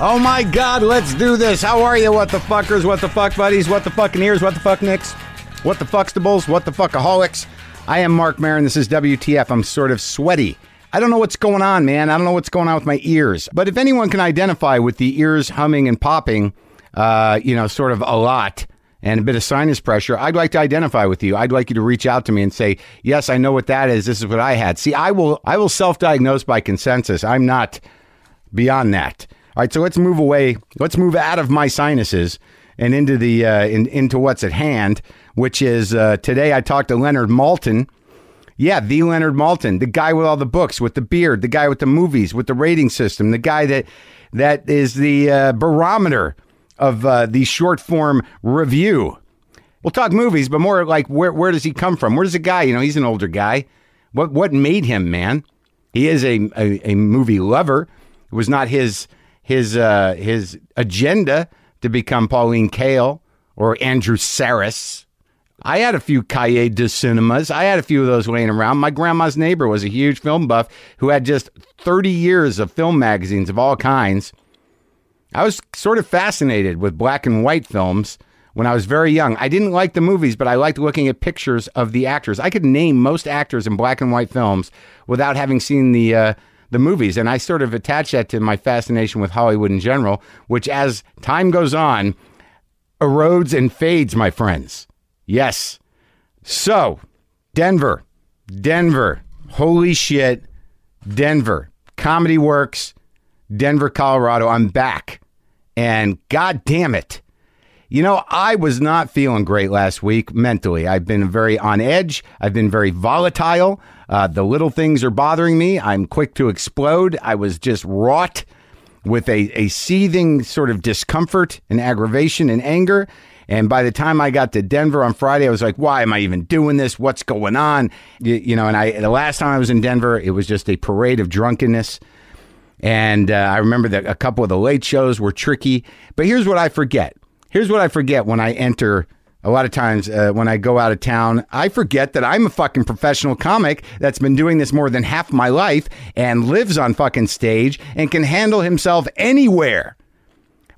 Oh my God, let's do this. How are you, what the fuckers, what the fuck buddies, what the fucking ears, what the fuck nicks, what the fuckstables, what the fuckaholics? I am Mark Marin. This is WTF. I'm sort of sweaty. I don't know what's going on, man. I don't know what's going on with my ears. But if anyone can identify with the ears humming and popping, uh, you know, sort of a lot and a bit of sinus pressure, I'd like to identify with you. I'd like you to reach out to me and say, "Yes, I know what that is. This is what I had." See, I will I will self-diagnose by consensus. I'm not beyond that. All right, so let's move away. Let's move out of my sinuses and into the uh, in, into what's at hand, which is uh, today. I talked to Leonard Malton. Yeah, the Leonard Malton, the guy with all the books, with the beard, the guy with the movies, with the rating system, the guy that that is the uh, barometer of uh, the short form review. We'll talk movies, but more like where where does he come from? Where's the guy? You know, he's an older guy. What what made him, man? He is a a, a movie lover. It was not his his uh, his agenda to become Pauline Kael or Andrew Saris. I had a few Calle de Cinemas. I had a few of those laying around. My grandma's neighbor was a huge film buff who had just 30 years of film magazines of all kinds. I was sort of fascinated with black and white films when I was very young. I didn't like the movies, but I liked looking at pictures of the actors. I could name most actors in black and white films without having seen the uh, the movies, and I sort of attach that to my fascination with Hollywood in general, which as time goes on erodes and fades, my friends. Yes. So, Denver, Denver, holy shit, Denver, Comedy Works. Denver, Colorado. I'm back. And god damn it. You know, I was not feeling great last week mentally. I've been very on edge. I've been very volatile. Uh, the little things are bothering me. I'm quick to explode. I was just wrought with a, a seething sort of discomfort and aggravation and anger. And by the time I got to Denver on Friday, I was like, why am I even doing this? What's going on? You, you know, and I the last time I was in Denver, it was just a parade of drunkenness. And uh, I remember that a couple of the late shows were tricky. But here's what I forget. Here's what I forget when I enter. A lot of times uh, when I go out of town, I forget that I'm a fucking professional comic that's been doing this more than half my life and lives on fucking stage and can handle himself anywhere.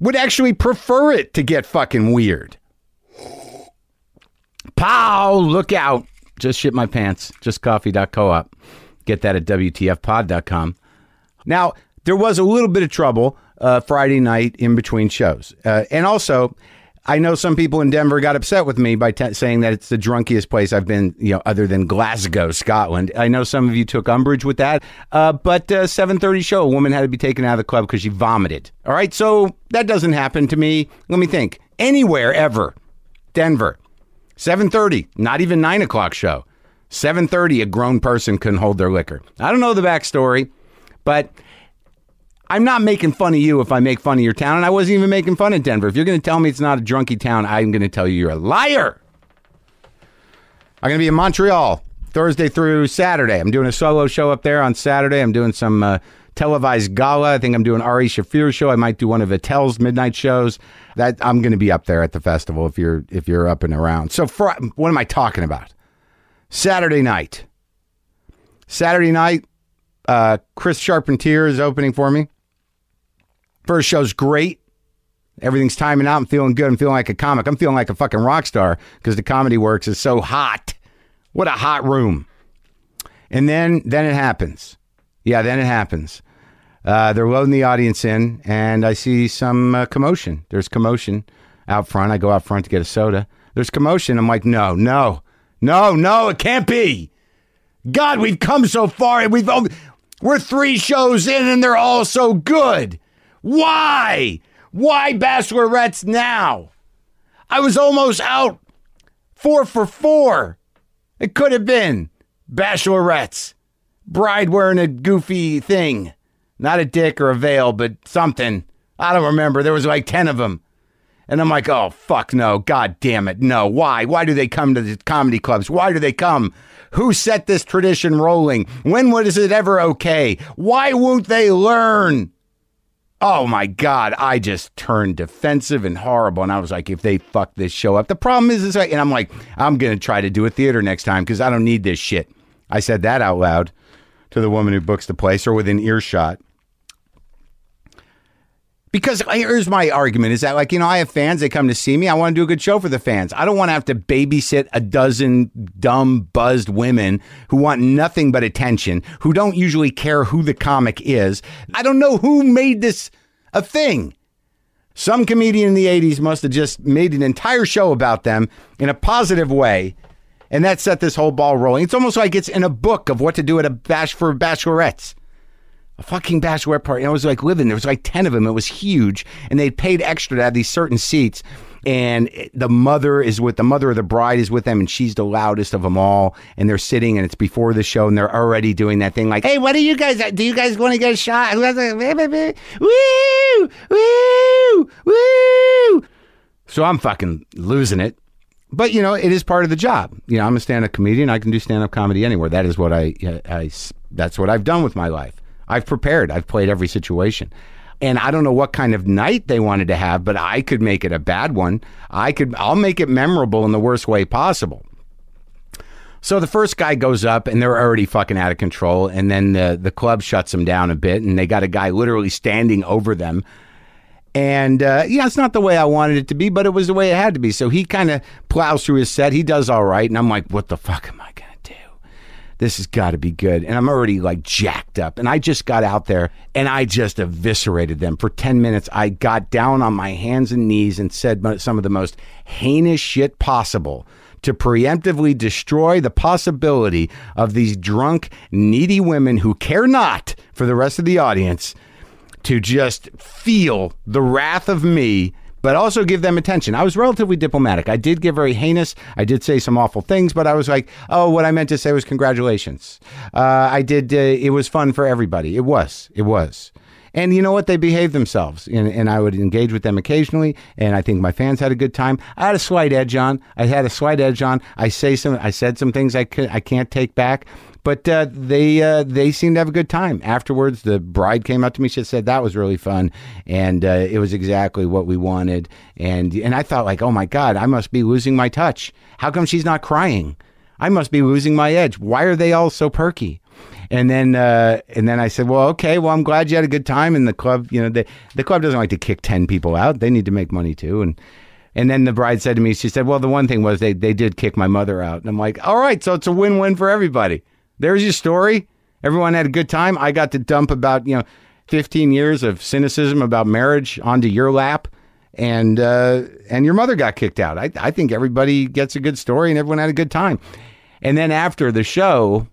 Would actually prefer it to get fucking weird. Pow, look out. Just shit my pants. Just coffee.coop. Get that at WTFpod.com. Now, there was a little bit of trouble uh, Friday night in between shows. Uh, and also, I know some people in Denver got upset with me by t- saying that it's the drunkiest place I've been, you know, other than Glasgow, Scotland. I know some of you took umbrage with that. Uh, but 7:30 show, a woman had to be taken out of the club because she vomited. All right, so that doesn't happen to me. Let me think. Anywhere ever, Denver, 7:30, not even nine o'clock show. 7:30, a grown person couldn't hold their liquor. I don't know the backstory but I'm not making fun of you if I make fun of your town, and I wasn't even making fun of Denver. If you're going to tell me it's not a drunky town, I'm going to tell you you're a liar. I'm going to be in Montreal Thursday through Saturday. I'm doing a solo show up there on Saturday. I'm doing some uh, televised gala. I think I'm doing Ari Shafir's show. I might do one of Atel's midnight shows. That I'm going to be up there at the festival if you're if you're up and around. So for, what am I talking about? Saturday night. Saturday night, uh, Chris Charpentier is opening for me. First show's great. Everything's timing out. I'm feeling good. I'm feeling like a comic. I'm feeling like a fucking rock star because the comedy works is so hot. What a hot room. And then then it happens. Yeah, then it happens. Uh, they're loading the audience in, and I see some uh, commotion. There's commotion out front. I go out front to get a soda. There's commotion. I'm like, no, no, no, no, it can't be. God, we've come so far, and we've only, we're three shows in, and they're all so good. Why? Why Bachelorettes now? I was almost out four for four. It could have been Bachelorettes, bride wearing a goofy thing, not a dick or a veil, but something. I don't remember. There was like ten of them. And I'm like, oh, fuck no. God damn it. No. Why? Why do they come to the comedy clubs? Why do they come? Who set this tradition rolling? When was it ever okay? Why won't they learn? Oh my God. I just turned defensive and horrible. And I was like, if they fuck this show up, the problem is, is like, and I'm like, I'm going to try to do a theater next time because I don't need this shit. I said that out loud to the woman who books the place or within earshot. Because here's my argument is that, like, you know, I have fans, they come to see me. I want to do a good show for the fans. I don't want to have to babysit a dozen dumb, buzzed women who want nothing but attention, who don't usually care who the comic is. I don't know who made this a thing. Some comedian in the 80s must have just made an entire show about them in a positive way. And that set this whole ball rolling. It's almost like it's in a book of what to do at a bash for bachelorettes a fucking bachelorette party. And I was like living. There was like 10 of them. It was huge. And they paid extra to have these certain seats. And it- the mother is with the mother of the bride is with them, and she's the loudest of them all. And they're sitting, and it's before the show, and they're already doing that thing like, "Hey, what do you guys? uh, Do you guys want to get a shot?" Woo, woo, woo. So I'm fucking losing it. But you know, it is part of the job. You know, I'm a stand-up comedian. I can do stand-up comedy anywhere. That is what I, I s- that's what I've done with my life. I've prepared. I've played every situation. And I don't know what kind of night they wanted to have, but I could make it a bad one. I could I'll make it memorable in the worst way possible. So the first guy goes up and they're already fucking out of control and then the the club shuts them down a bit and they got a guy literally standing over them and uh, yeah, it's not the way I wanted it to be, but it was the way it had to be. So he kind of plows through his set. He does all right, and I'm like, what the fuck am I gonna do? This has got to be good. And I'm already like jacked up. And I just got out there and I just eviscerated them for 10 minutes. I got down on my hands and knees and said mo- some of the most heinous shit possible to preemptively destroy the possibility of these drunk, needy women who care not for the rest of the audience to just feel the wrath of me, but also give them attention. I was relatively diplomatic. I did get very heinous. I did say some awful things, but I was like, oh, what I meant to say was congratulations. Uh, I did, uh, it was fun for everybody. It was, it was. And you know what? They behaved themselves, and, and I would engage with them occasionally. And I think my fans had a good time. I had a slight edge on. I had a slight edge on. I say some. I said some things I could. I can't take back. But uh, they uh, they seemed to have a good time. Afterwards, the bride came up to me. She said that was really fun, and uh, it was exactly what we wanted. And and I thought like, oh my god, I must be losing my touch. How come she's not crying? I must be losing my edge. Why are they all so perky? And then uh, and then I said, well, okay, well, I'm glad you had a good time. And the club, you know, the the club doesn't like to kick ten people out. They need to make money too. And and then the bride said to me, she said, well, the one thing was they they did kick my mother out. And I'm like, all right, so it's a win win for everybody. There's your story. Everyone had a good time. I got to dump about you know, 15 years of cynicism about marriage onto your lap and uh, and your mother got kicked out. I, I think everybody gets a good story and everyone had a good time. And then after the show,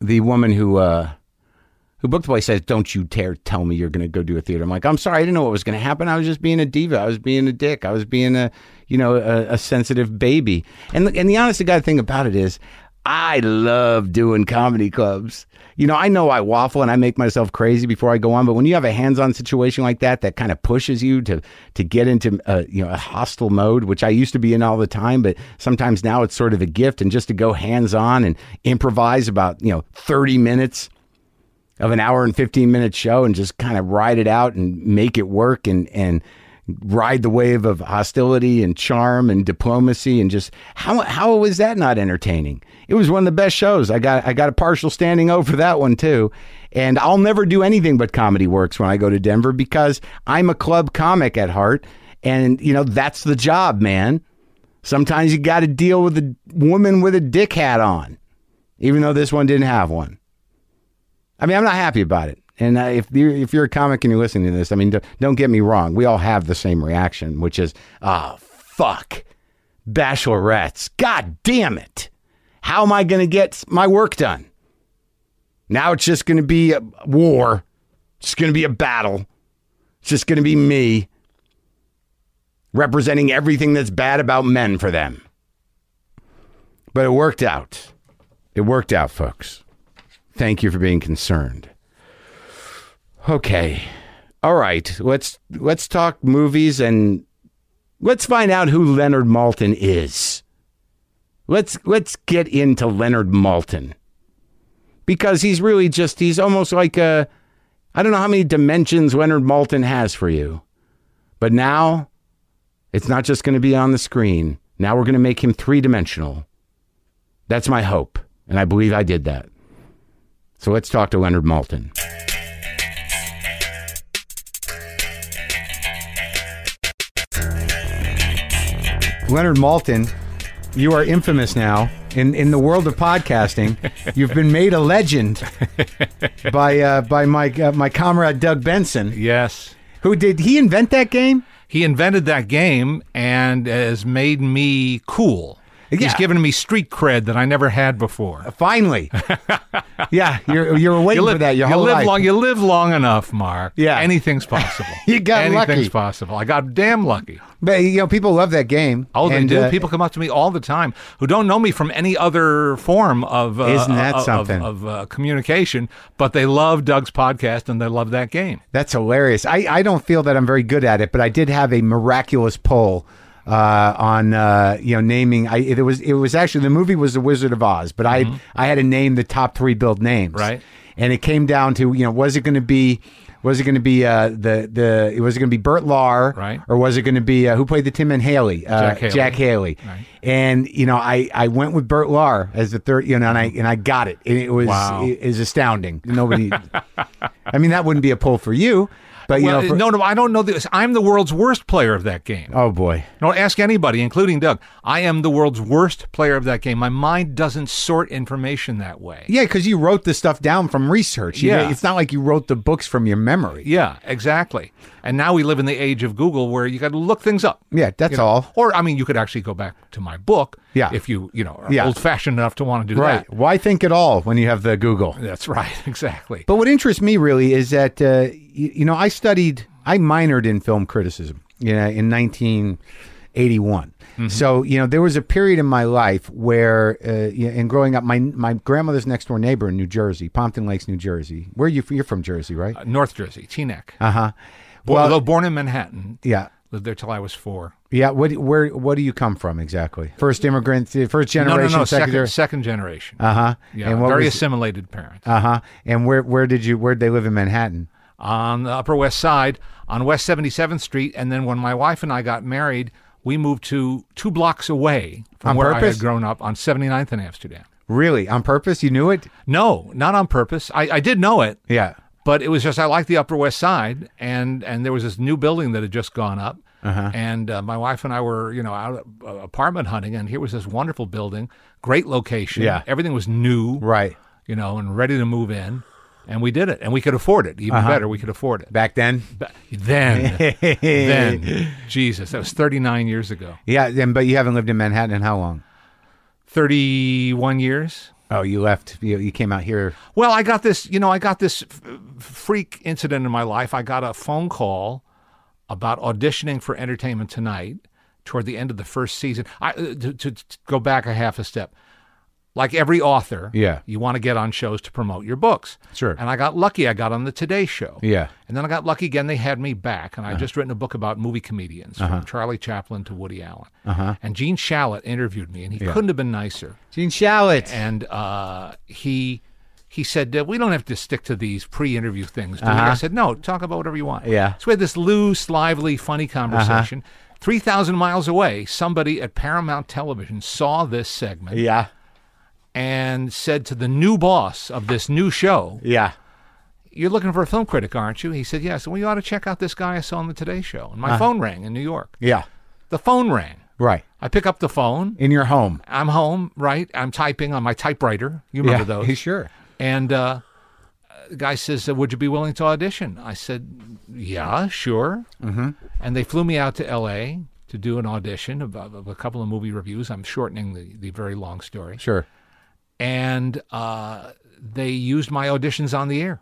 the woman who uh, who booked the place says, "Don't you dare tell me you're going to go do a theater." I'm like, "I'm sorry, I didn't know what was going to happen. I was just being a diva. I was being a dick. I was being a you know a, a sensitive baby." And the- and the honest to god thing about it is. I love doing comedy clubs. You know, I know I waffle and I make myself crazy before I go on, but when you have a hands-on situation like that, that kind of pushes you to to get into a, you know a hostile mode, which I used to be in all the time, but sometimes now it's sort of a gift. And just to go hands-on and improvise about you know thirty minutes of an hour and 15 minute show and just kind of ride it out and make it work and and ride the wave of hostility and charm and diplomacy and just how how was that not entertaining it was one of the best shows i got i got a partial standing o for that one too and i'll never do anything but comedy works when i go to denver because i'm a club comic at heart and you know that's the job man sometimes you got to deal with a woman with a dick hat on even though this one didn't have one I mean, I'm not happy about it. And uh, if you're if you're a comic and you're listening to this, I mean, don't, don't get me wrong. We all have the same reaction, which is, oh fuck, bachelorettes. God damn it! How am I going to get my work done? Now it's just going to be a war. It's going to be a battle. It's just going to be me representing everything that's bad about men for them. But it worked out. It worked out, folks. Thank you for being concerned. Okay. All right. Let's let's talk movies and let's find out who Leonard Maltin is. Let's let's get into Leonard Maltin. Because he's really just he's almost like a I don't know how many dimensions Leonard Maltin has for you. But now it's not just going to be on the screen. Now we're going to make him three-dimensional. That's my hope, and I believe I did that. So let's talk to Leonard Maltin. Leonard Malton, you are infamous now in, in the world of podcasting. You've been made a legend by uh, by my uh, my comrade Doug Benson. Yes. Who did he invent that game? He invented that game and has made me cool. He's Yeah. given me street cred that I never had before. Finally, yeah, you're you're waiting for that your you whole live life. long. You live long enough, Mark. Yeah. anything's possible. You got anything's lucky. possible. I got damn lucky. But you know, people love that game. Oh, they And, do. uh, People come up to me all the time who don't know me from any other form of uh, Isn't that of- of- something? of, uh, communication, but they love Doug's podcast and they love that game. That's hilarious. I, I don't feel that I'm very good at it, but I did have a miraculous poll uh, on uh, you know naming. I it was it was actually the movie was The Wizard of Oz, but I I had to name the top three build names. Mm-hmm. Right. and it came down to you know was it going to be. Was it going to be uh, the the? Was it going to be Bert Lahr, Right. Or was it going to be uh, who played the Tim and Haley? Uh, Jack Haley. Haley. And you know, I, I went with Bert Lahr as the third. You know, and I and I got it. And it was Mm-hmm. Wow. it is astounding. Nobody. I mean, that wouldn't be a pull for you, but you Well, know, for, no, no, I don't know this. I'm the world's worst player of that game. oh boy, Don't ask anybody, including Doug. I am the world's worst player of that game. My mind doesn't sort information that way. yeah, because you wrote the stuff down from research. You Yeah. know, it's not like you wrote the books from your memory. Yeah, exactly. And now we live in the age of Google where you got to look things up. Yeah, that's You know, all. Or I mean, you could actually go back to my book. Yeah. If you you know are Yeah. old fashioned enough to want to do Right? that. Why think at all when you have the Google? That's right. Exactly. But what interests me really is that uh, you, you know I studied, I minored in film criticism, you know, in 1981. So you know there was a period in my life where, uh, you- in growing up, my my grandmother's next door neighbor in New Jersey, Pompton Lakes, New Jersey. Where are you? You're from Jersey, right? Uh, North Jersey, Teaneck. Uh huh. well, Well, although born in Manhattan, yeah. lived there till I was four. Yeah, what where what do you come from exactly? First immigrant, uh, first No, generation, no, no. secondary. Second, second generation. uh huh. yeah. and what Very was, assimilated parents uh huh. And where where did you where'd they live in Manhattan? on the Upper West Side, on West 77th Street, and then when my wife and I got married, we moved to two blocks away from On where I purpose? had grown up on 79th in Amsterdam. Really, on purpose? You knew it? No, not on purpose. I, I did know it. Yeah. but it was just I liked the Upper West Side, and and there was this new building that had just gone up, Uh-huh. and uh, my wife and I were you know out uh, apartment hunting, and here was this wonderful building, great location, Yeah. everything was new, Right. you know, and ready to move in, and we did it, and we could afford it, Uh-huh. even better, we could afford it. Back then. But then, then, Jesus, that was thirty nine years ago, Yeah, and but you haven't lived in Manhattan in how long? thirty one years. Oh, you left. You, you came out here. Well, I got this, you know, I got this f- freak incident in my life. I got a phone call about auditioning for Entertainment Tonight toward the end of the first season. I, uh, to, to, to go back a half a step, like every author, Yeah. you want to get on shows to promote your books. Sure. And I got lucky. I got on the Today Show. Yeah. And then I got lucky again. They had me back, and Uh-huh. I'd just written a book about movie comedians from Charlie Chaplin to Woody Allen. Uh-huh. And Gene Shalit interviewed me, and he couldn't have been nicer Gene Shalit. and uh, he he said uh, we don't have to stick to these pre-interview things. Do we? I said no. Talk about whatever you want. Uh-huh. Yeah. Uh-huh. So we had this loose, lively, funny conversation. thousand miles away, somebody at Paramount Television saw this segment Yeah. and said to the new boss of this new show, Yeah. "You're looking for a film critic, aren't you?" He said, "Yes." Well, you ought to check out this guy I saw on the Today Show. And my phone rang in New York. Yeah. The phone rang. Right. I pick up the phone. In your home. I'm home, right? I'm typing on my typewriter. You remember yeah. those? Sure. And uh, the guy says, uh, "Would you be willing to audition?" I said, "Yeah, sure." Mm-hmm. And they flew me out to L.A. to do an audition of, of of a couple of movie reviews. I'm shortening the, the very long story. Sure. And uh, they used my auditions on the air.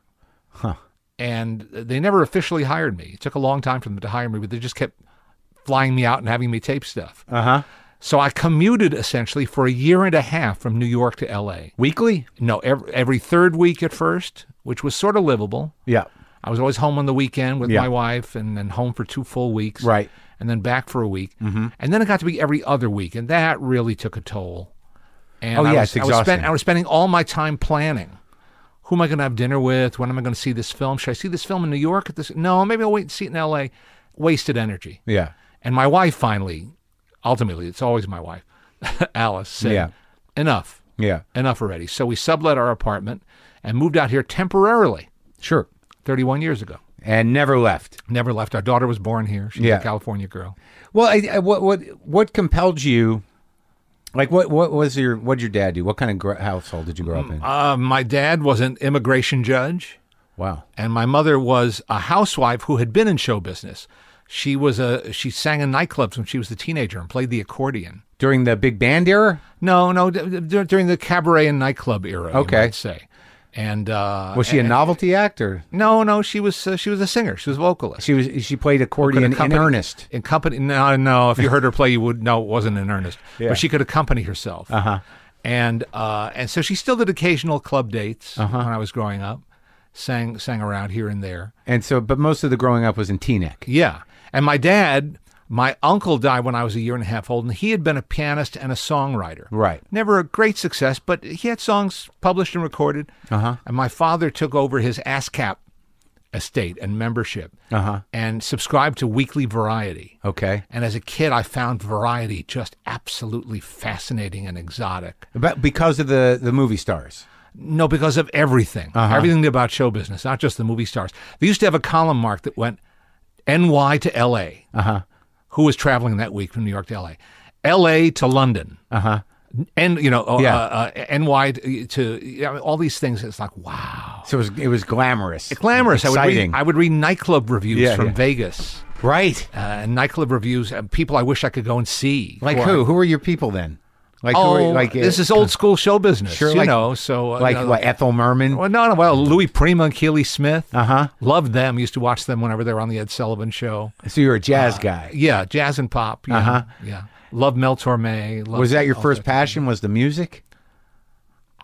Huh. And they never officially hired me. It took a long time for them to hire me, but they just kept flying me out and having me tape stuff. Uh huh. So I commuted essentially for a year and a half from New York to L.A. Weekly. No, every, every third week at first, which was sort of livable. Yeah. I was always home on the weekend with Yeah. my wife and then home for two full weeks. Right. And then back for a week. Mm-hmm. And then it got to be every other week. And that really took a toll. And Oh, I yeah, was, it's I was, spend- exhausting. I was spending all my time planning. Who am I going to have dinner with? When am I going to see this film? Should I see this film in New York? At this? No, maybe I'll wait and see it in L.A. Wasted energy. Yeah. And my wife finally, ultimately, it's always my wife, Alice, said, Yeah. enough Yeah. enough already. So we sublet our apartment and moved out here temporarily Sure. 31 years ago. and never left. Never left. Our daughter was born here. She's Yeah. a California girl. Well, I, I, what what what compelled you? Like what what was your what did your dad do? What kind of gr- household did you grow up in? Uh, my dad was an immigration judge, Wow. and my mother was a housewife who had been in show business. She was a she sang in nightclubs when she was a teenager and played the accordion. During the big band era, No, no, d- d- during the cabaret and nightclub era. you Okay. might say, and uh, was she a novelty act or no, no, she was uh, she was a singer. She was a vocalist. she was she played accordion in accompany- earnest? In company, no, no. If you heard her play, you would know it wasn't in earnest. Yeah. But she could accompany herself. Uh-huh. And uh, and so she still did occasional club dates when I was growing up, sang sang around here and there. And so, but most of the growing up was in Teaneck. Yeah. And my dad, my uncle died when I was a year and a half old, and he had been a pianist and a songwriter. Right. Never a great success, but he had songs published and recorded. Uh-huh. And my father took over his ASCAP estate and membership uh-huh. and subscribed to Weekly Variety. Okay, And as a kid, I found variety just absolutely fascinating and exotic. but because of the the movie stars. No, because of everything, Uh-huh. everything about show business, not just the movie stars. They used to have a column mark that went NY to LA. Uh Uh-huh. huh. Who was traveling that week from New York to LA? LA to London. Uh huh. And you know, uh, Uh-huh. Yeah. uh, uh, NY to, to you know, all these things. It's like wow, So it was it was glamorous, glamorous. I exciting, would read, I would read nightclub reviews Yeah, from yeah. Vegas. right? Uh, and nightclub reviews, uh, people I wish I could go and see. Like Or- who? Who are your people then? Like who Oh, are, like this uh, is old school show business, Sure, you like- know. So uh, like no, what, Ethel Merman. well, no, no, well, Louis Prima and Keely Smith, uh Uh-huh. loved them. Used to watch them whenever they were on the Ed Sullivan Show. So you're a Ah. jazz guy. Yeah, jazz and pop. Uh huh. Yeah, love Mel Torme. Loved Uh-huh. Was that your all first passion? Was the music?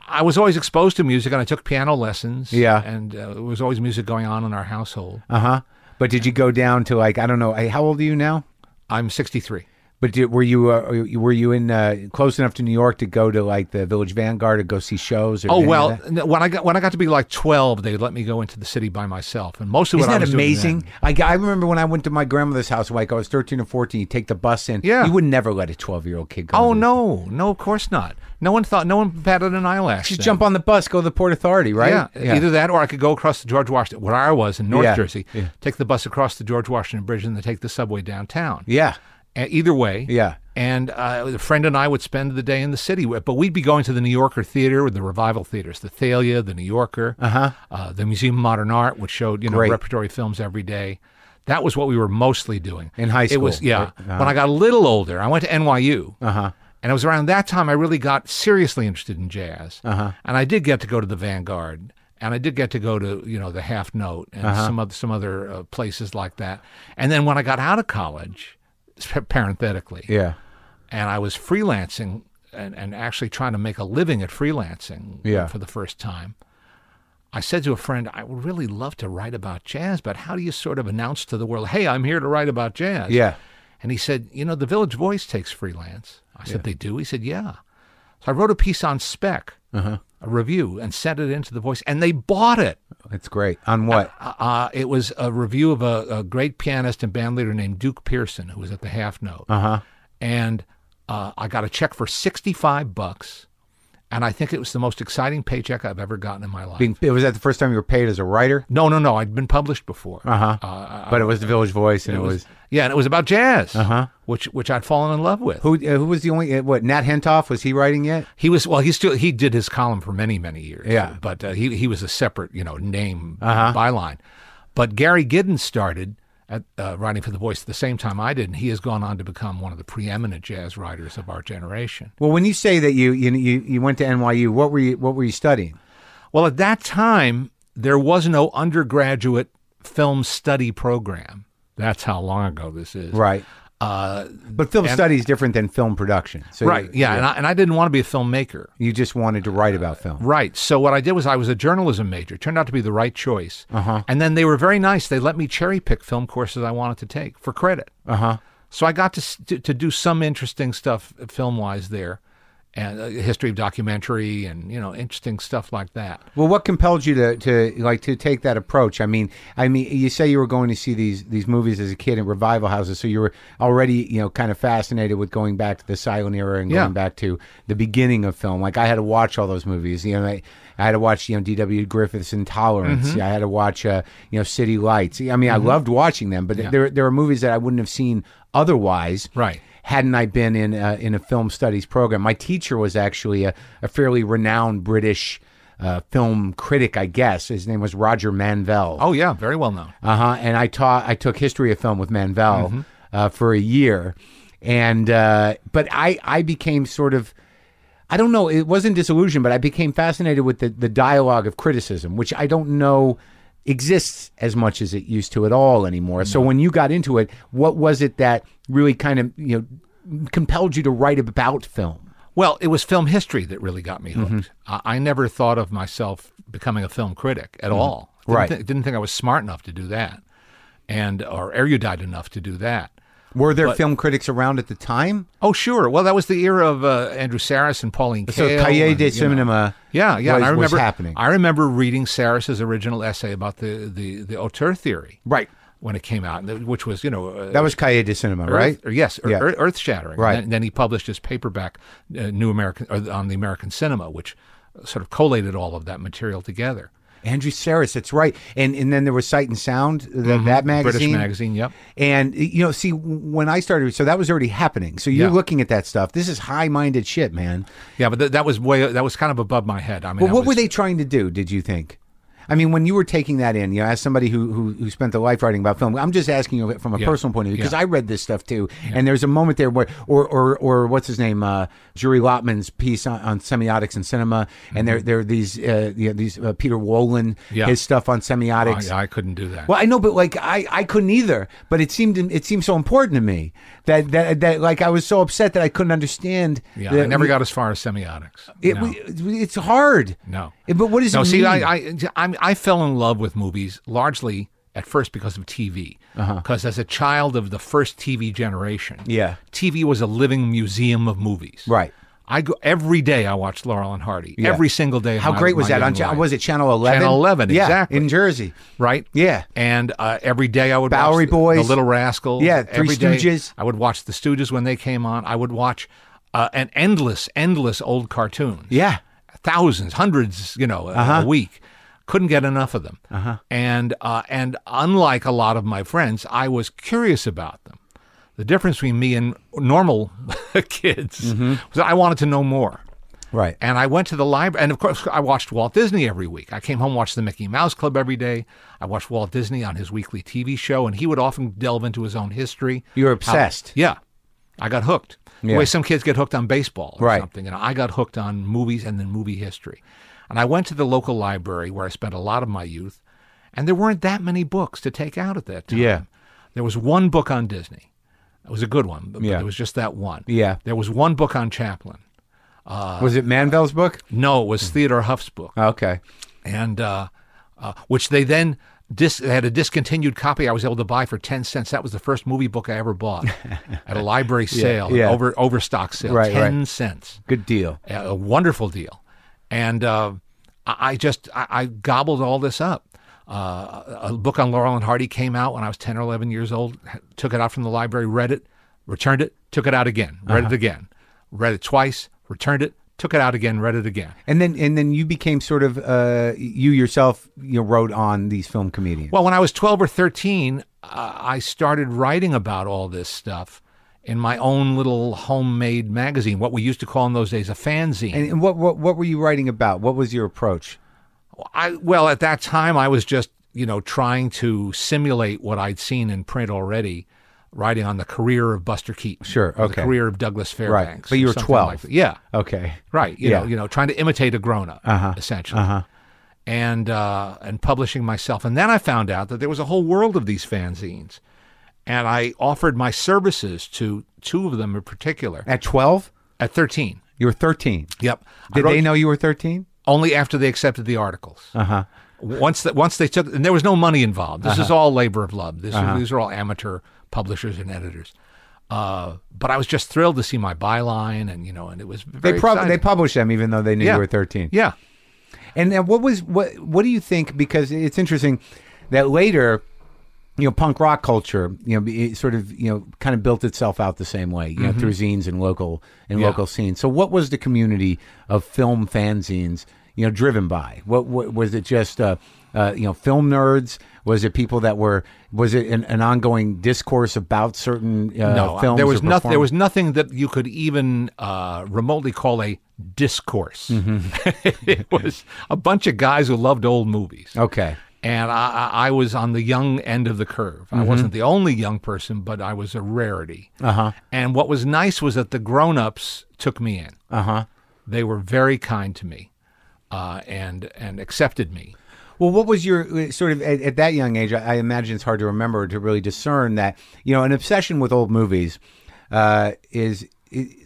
I was always exposed to music, and I took piano lessons. Yeah. and uh, there was always music going on in our household. Uh huh. But did you go down to like I don't know? I- How old are you now? I'm 63. But did, were you uh, were you in uh, close enough to New York to go to like the Village Vanguard or go see shows? Or Oh any of well, that? n- when I got when I got to be like 12, they let me go into the city by myself, and most of Isn't what I that was doing amazing? then- I, I remember when I went to my grandmother's house, like I was 13 or 14, you take the bus in. Yeah. You would never let a 12 year old kid go. Oh to- no, no, of course not. No one thought, no one patted an eyelash. Just then. jump on the bus, go to the Port Authority, right? Yeah, E-, either that or I could go across the George Washington, where I was in North Yeah, Jersey, take the bus across the George Washington Bridge and then take the subway downtown. Yeah. Uh, Either way. Yeah. And uh, a friend and I would spend the day in the city, but we'd be going to the New Yorker Theater with the revival theaters, the Thalia, the New Yorker, uh-huh. the Museum of Modern Art, which showed you know Great. repertory films every day. That was what we were mostly doing In high It was school, Uh-huh. yeah. When I got a little older, I went to NYU, uh-huh. and it was around that time I really got seriously interested in jazz, uh-huh. and I did get to go to the Vanguard. And I did get to go to you know the Half Note and Uh-huh. some other some other uh, places like that. And then when I got out of college, parenthetically, Yeah. and I was freelancing and, and actually trying to make a living at freelancing Yeah. for the first time. I said to a friend, I would really love to write about jazz, but how do you sort of announce to the world, hey, I'm here to write about jazz? Yeah. And he said, You know, the Village Voice takes freelance. I said, They do? He said, Yeah. So I wrote a piece on spec, Uh-huh. a review, and sent it into the Voice, and they bought it. That's great. On what? Uh, it was a review of a, a great pianist and band leader named Duke Pearson, who was at the half note. Uh-huh. And uh, I got a check for 65 bucks. And I think it was the most exciting paycheck I've ever gotten in my life. Being, was that the first time you were paid as a writer? no, no, no. I'd been published before. Uh-huh. but it was the Village Voice, and Uh-uh. it was, Yeah, and it was about jazz, uh-huh. which which I'd fallen in love with. who? Uh, who was the only? Uh, what? Nat Hentoff was he writing yet? He was well. He still he did his column for many many years. Yeah. Uh-huh. but uh, he he was a separate you know name byline. But Gary Giddens started at uh, writing for The Voice at the same time I did, and he has gone on to become one of the preeminent jazz writers of our generation. Well, when you say that you you you, you went to NYU, what were you what were you studying? Well, at that time there was no undergraduate film study program. That's how long ago this is. Right. Uh, But film study is different than film production. So right. You, Yeah. And I, and I didn't want to be a filmmaker. you just wanted to write about film. Right. So what I did was I was a journalism major. Turned out to be the right choice. And then they were very nice. They let me cherry pick film courses I wanted to take for Uh-huh. credit. So I got to s- to, to do some interesting stuff film wise uh, there, and uh, history of documentary and you know interesting stuff like that. Well, what compelled you to, to like to take that approach? I mean, I mean, you say you were going to see these these movies as a kid in revival houses, so you were already you know kind of fascinated with going back to the silent era and Yeah. going back to the beginning of film. Like I had to watch all those movies. You know, I, I had to watch you know D.W. Griffith's Intolerance. Mm-hmm. I had to watch uh, you know City Lights. I mean, I loved watching them, but there there were movies that I wouldn't have seen otherwise Right. hadn't I been in a, in a film studies program. My teacher was actually a, a fairly renowned British uh, film critic, I guess. His name was Roger Manvell. Oh yeah, very well known. Uh huh. And I taught, I took history of film with Manvel uh, for a year, and uh, but I I became sort of. I don't know. It wasn't disillusioned, but I became fascinated with the, the dialogue of criticism, which I don't know exists as much as it used to at all anymore. So when you got into it, what was it that really kind of you know compelled you to write about film? Well, it was film history that really got me hooked. I, I never thought of myself becoming a film critic at all. Didn't Right. thi- didn't think I was smart enough to do that, and or erudite enough to do that. Were there film critics around at the time? Oh sure. Well, that was the era of uh, Andrew Saris and Pauline So Kael. Cahiers and, de you know. Cinema, Yeah, yeah. was, and I was remember happening. I remember reading Saris's original essay about the the the auteur theory right. when it came out, which was you know uh, That was Cahiers de Cinema, right? Earth, or yes, Yeah. earth, earth shattering. Right. And then, then he published his paperback, uh, New American, or on the American Cinema, which sort of collated all of that material together. Andrew Saris, that's right. And and then there was Sight and Sound, th- that magazine. Mm-hmm. British magazine, yep. And you know, see, when I started, so that was already happening. So you're Yeah. looking at that stuff. This is high-minded shit, man. Yeah, but th- that was way that was kind of above my head. I mean, Well, I what was- were they trying to do? Did you think? I mean, when you were taking that in, you know, as somebody who who, who spent their life writing about film, I'm just asking you from a personal point of view because I read this stuff too. And there's a moment there where, or or or what's his name, uh, Jury Lotman's piece on, on semiotics and cinema, and there there are these uh, you know, these uh, Peter Wolin, Mm-hmm. Yeah. Oh, his stuff on semiotics. I, I couldn't do that. Well, I know, but like I, I couldn't either. But it seemed it seemed so important to me that that, that like I was so upset that I couldn't understand. yeah, that I never we- got as far as semiotics. It, no. we- it's hard. no. It- but what does no, it see, mean? I, I, I'm- I, fell in love with movies largely at first because of TV. Because as a child of the first TV generation, Uh-huh. Yeah. TV was a living museum of movies. Right. I go every day. I watched Laurel and Hardy Yeah. every single day. of How my- great was my that on? young Cha- life, was it Channel Eleven? Channel 11, yeah, exactly. in Jersey. right? Yeah. And uh, every day I would Bowery watch the- Boys. the Little Rascals. Yeah, Three Every day Stooges. I would watch the Stooges when they came on. I would watch uh, an endless, endless old cartoons. Yeah. thousands, hundreds, you know, a, a week. Couldn't get enough of them. Uh-huh. And uh, and unlike a lot of my friends, I was curious about them. The difference between me and normal kids was I wanted to know more. Right. And I went to the library, and of course, I watched Walt Disney every week. I came home, watched the Mickey Mouse Club every day. I watched Walt Disney on his weekly TV show, and he would often delve into his own history. You were obsessed. yeah, I got hooked. Yeah. The way some kids get hooked on baseball or Right. something, and I got hooked on movies and then movie history. And I went to the local library where I spent a lot of my youth, and there weren't that many books to take out at that time. Yeah. There was one book on Disney. It was a good one, but, but Yeah. there was just that one. Yeah. There was one book on Chaplin. Uh, was it Manvel's book? No, it was Theodore Huff's book, Okay. and uh, uh, which they then dis- they had a discontinued copy I was able to buy for ten cents. That was the first movie book I ever bought at a library sale, an yeah. over overstock sale, Right, ten cents, Good deal. a, a wonderful deal. And uh, I, I just I, I gobbled all this up. Uh, a book on Laurel and Hardy came out when I was ten or eleven years old. ha- Took it out from the library, read it, returned it, took it out again, read Uh-huh. it again, read it twice, returned it, took it out again, read it again. And then and then you became sort of uh, you yourself. You wrote on these film comedians. Well, when I was 12 or 13, uh, I started writing about all this stuff in my own little homemade magazine, what we used to call in those days a fanzine. and and what, what what were you writing about? What was your approach? I well, at that time I was just, you know, trying to simulate what I'd seen in print already, writing on the career of Buster Keaton. Sure, or okay. The career of Douglas Fairbanks. But or you were something like 12. that. yeah. Okay. Right. You Yeah. Uh-huh. know, you know, trying to imitate a grown up, essentially. And uh, and publishing myself. And then I found out that there was a whole world of these fanzines. And I offered my services to two of them in particular At twelve, at 13. you were thirteen. Yep. I Did wrote- they know you were thirteen? only after they accepted the articles. Uh-huh. Once that once they took, and Uh-huh. there was no money involved. This is all labor of love. This, These are all amateur publishers and editors. Uh, but I was just thrilled to see my byline, and you know, and it was very They probably they exciting. published them even though they knew Yeah. you were 13. yeah. And then what was what what do you think because it's interesting that later you know punk rock culture you know it sort of you know kind of built itself out the same way you know through zines and local and Mm-hmm. Yeah. local scenes. So what was the community of film fanzines you know driven by? What, what was it just uh, uh, you know film nerds was it people that were was it an, an ongoing discourse about certain uh, no, films? there or was nothing. There perform- was nothing that you could even uh, remotely call a discourse. Mm-hmm. it was a bunch of guys who loved old movies, okay. and I, I- I was on the young end of the curve. I wasn't the only young person, but I was a rarity. Mm-hmm. Uh-huh. And what was nice was that the grown-ups took me in. Uh huh. They were very kind to me, uh, and and accepted me. Well, what was your uh, sort of at, at that young age? I, I imagine it's hard to remember to really discern that you know an obsession with old movies uh, is i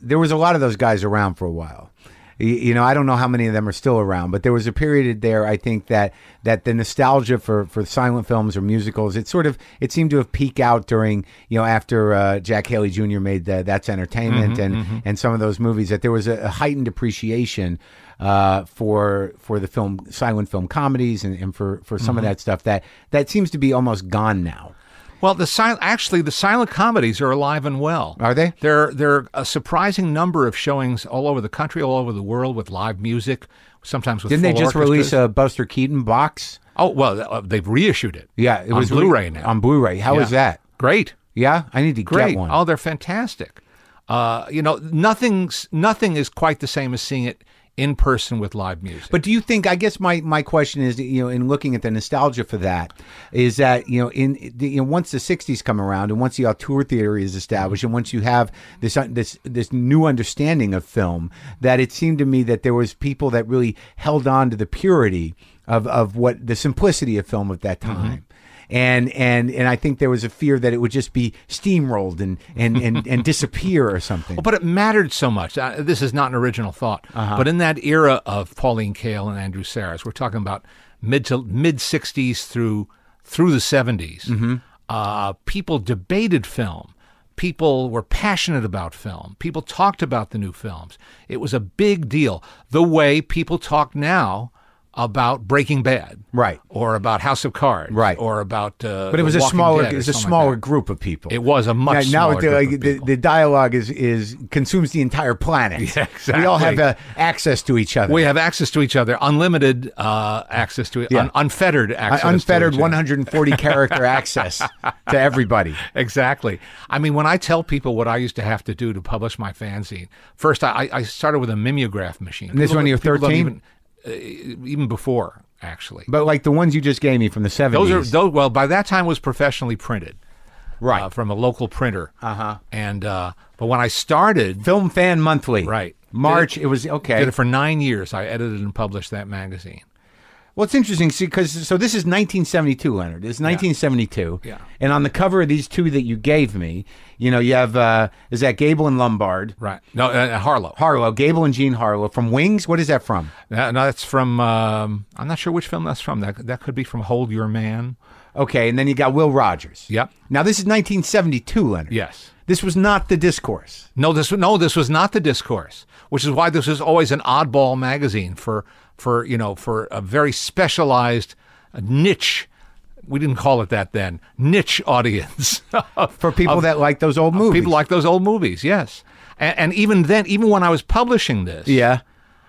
there was a lot of those guys around for a while. Y- You know, I don't know how many of them are still around, but there was a period there. I think that that the nostalgia for for silent films or musicals, it sort of it seemed to have peaked out during you know after uh, Jack Haley Jr. made the That's Entertainment and and some of those movies that there was a, a heightened appreciation uh, for for the film silent film comedies and, and for for Mm-hmm. some of that stuff that that seems to be almost gone now. Well, the sil- actually the silent comedies are alive and well. Are they? There, there are a surprising number of showings all over the country, all over the world, with live music. Sometimes with Didn't they full just release orchestras. a Buster Keaton box? oh well, uh, they've reissued it. Yeah, it On was Blu-ray now. On Blu-ray, how is Yeah. that? Great, Yeah, I need to great. get one. Oh, they're fantastic. Uh, you know, nothing's nothing is quite the same as seeing it in person with live music. But do you think? I guess my my question is, you know, in looking at the nostalgia for that, is that you know, in the, you know, once the '60s come around and once the auteur theory is established, and once you have this this this new understanding of film, that it seemed to me that there was people that really held on to the purity of of what the simplicity of film at that time. And, and and I think there was a fear that it would just be steamrolled and and, and, and disappear or something. Well, but it mattered so much. Uh, this is not an original thought, Uh-huh. but in that era of Pauline Kael and Andrew Saris, we're talking about mid to mid '60s through through the '70s. Mm-hmm. Uh, people debated film. People were passionate about film. People talked about the new films. It was a big deal. The way people talk now about Breaking Bad, Right. or about House of Cards, Right. or about. Uh, But it was a smaller it was a smaller group of people. It was a much now, now smaller the, group like, of the, people. the dialogue is is consumes the entire planet. Yeah, We all have exactly. uh, access to each other. We have access to each other, unlimited uh, access to it, Yeah. un- unfettered Uh, access, unfettered to each other. 140 character access to everybody. Exactly. I mean, when I tell people what I used to have to do to publish my fanzine, first I, I started with a mimeograph machine. And this one you were 13? even, uh, even before actually. But like the ones you just gave me from the 70s. those are those. Well, by that time it was professionally printed, Right. Uh, from a local printer. Uh-huh. And uh, but when I started, Film Fan Monthly. Right. March it was okay. did it for nine years. I edited and published that magazine. Well, it's interesting because so this is 1972, Leonard. It's 1972. Yeah. And on the cover of these two that you gave me, you know, you have uh, is that Gable and Lombard, Right. No, uh, Harlow. Harlow, Gable and Jean Harlow from Wings. What is that from? That, no, that's from. Um, I'm not sure which film that's from. That that could be from Hold Your Man. Okay, and then you got Will Rogers. Yep. Now this is 1972, Leonard. Yes. This was not the discourse. No, this no, this was not the discourse, which is why this is always an oddball magazine for for you know for a very specialized uh, niche. We didn't call it that then. Niche audience of For people that like those old movies. people like those old movies. Yes, and, and even then, even when I was publishing this, Yeah.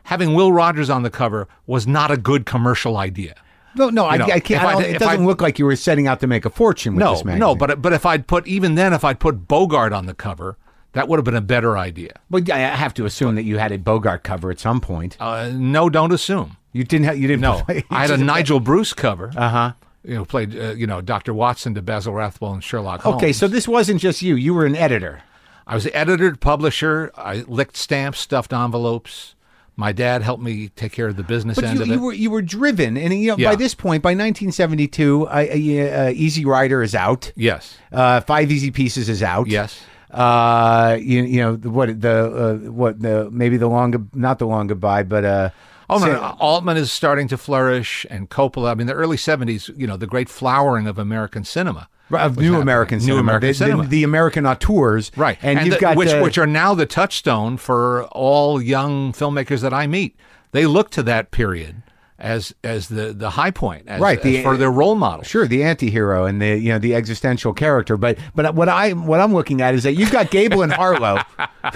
having Will Rogers on the cover was not a good commercial idea. No, no, I, know, I can't. if I I don't- did- it if I- doesn't look like you were setting out to make a fortune with No, this magazine. no, but but if I'd put even then, if I'd put Bogart on the cover, that would have been a better idea. but I have to assume that you had a Bogart cover at some point. Uh, no, don't assume. You didn't. Have, you didn't. No, you I had a just- Uh-huh. Nigel Bruce cover. Uh huh. You know, played uh, you know Dr. Watson to Basil Rathbone and Sherlock Holmes. Okay, so this wasn't just you. You were an editor. I was the editor, publisher. I licked stamps, stuffed envelopes. My dad helped me take care of the business But end you, of it. you were you were driven, and you know by Yeah. this point, by 1972, I, I, uh, Easy Rider is out. yes, Uh, Five Easy Pieces is out. yes. Uh, you, you know the- what the uh, what the maybe the long Good- not the long goodbye, but uh, Oh no, Sa- no, Altman is starting to flourish, and Coppola. I mean, the early '70s. You know, the great flowering of American cinema. of new American New cinema, American the, cinema. The, the American auteurs, Right. And, you've the- got which the- which are now the touchstone for all young filmmakers that I meet. They look to that period as as the the high point, as, Right, the- as for their role model. Sure, the anti-hero and the you know the existential character, but but what I what I'm looking at is that you've got Gable and Harlow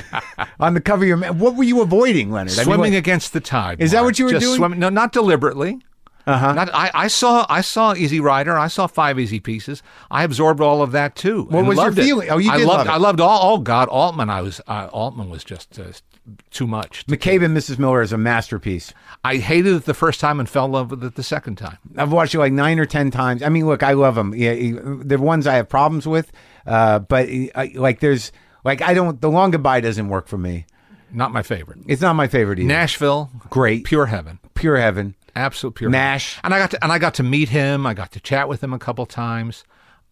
on the cover of your. ma- What were you avoiding, Leonard? I mean, Swimming what- against the tide. Is that Mark. what you were Just doing? Swimming, no, not deliberately. Uh-huh. Not, I, I saw I saw Easy Rider. I saw Five Easy Pieces. I absorbed all of that too. What was your feeling? Oh, you I did loved, love it. I loved all. Oh God, Altman. I was uh, Altman was just uh, too much. McCabe and Mrs. Miller is a masterpiece. I hated it the first time and fell in love with it the second time. I've watched it like nine or ten times. I mean, look, I love them. Yeah, he- they're ones I have problems with, uh, but uh, like there's like I don't. The long goodbye doesn't work for me. Not my favorite. It's not my favorite either. Nashville, Great. pure heaven, Pure heaven. absolute pure Nash. Heaven. And I got to, and I got to meet him. I got to chat with him a couple times.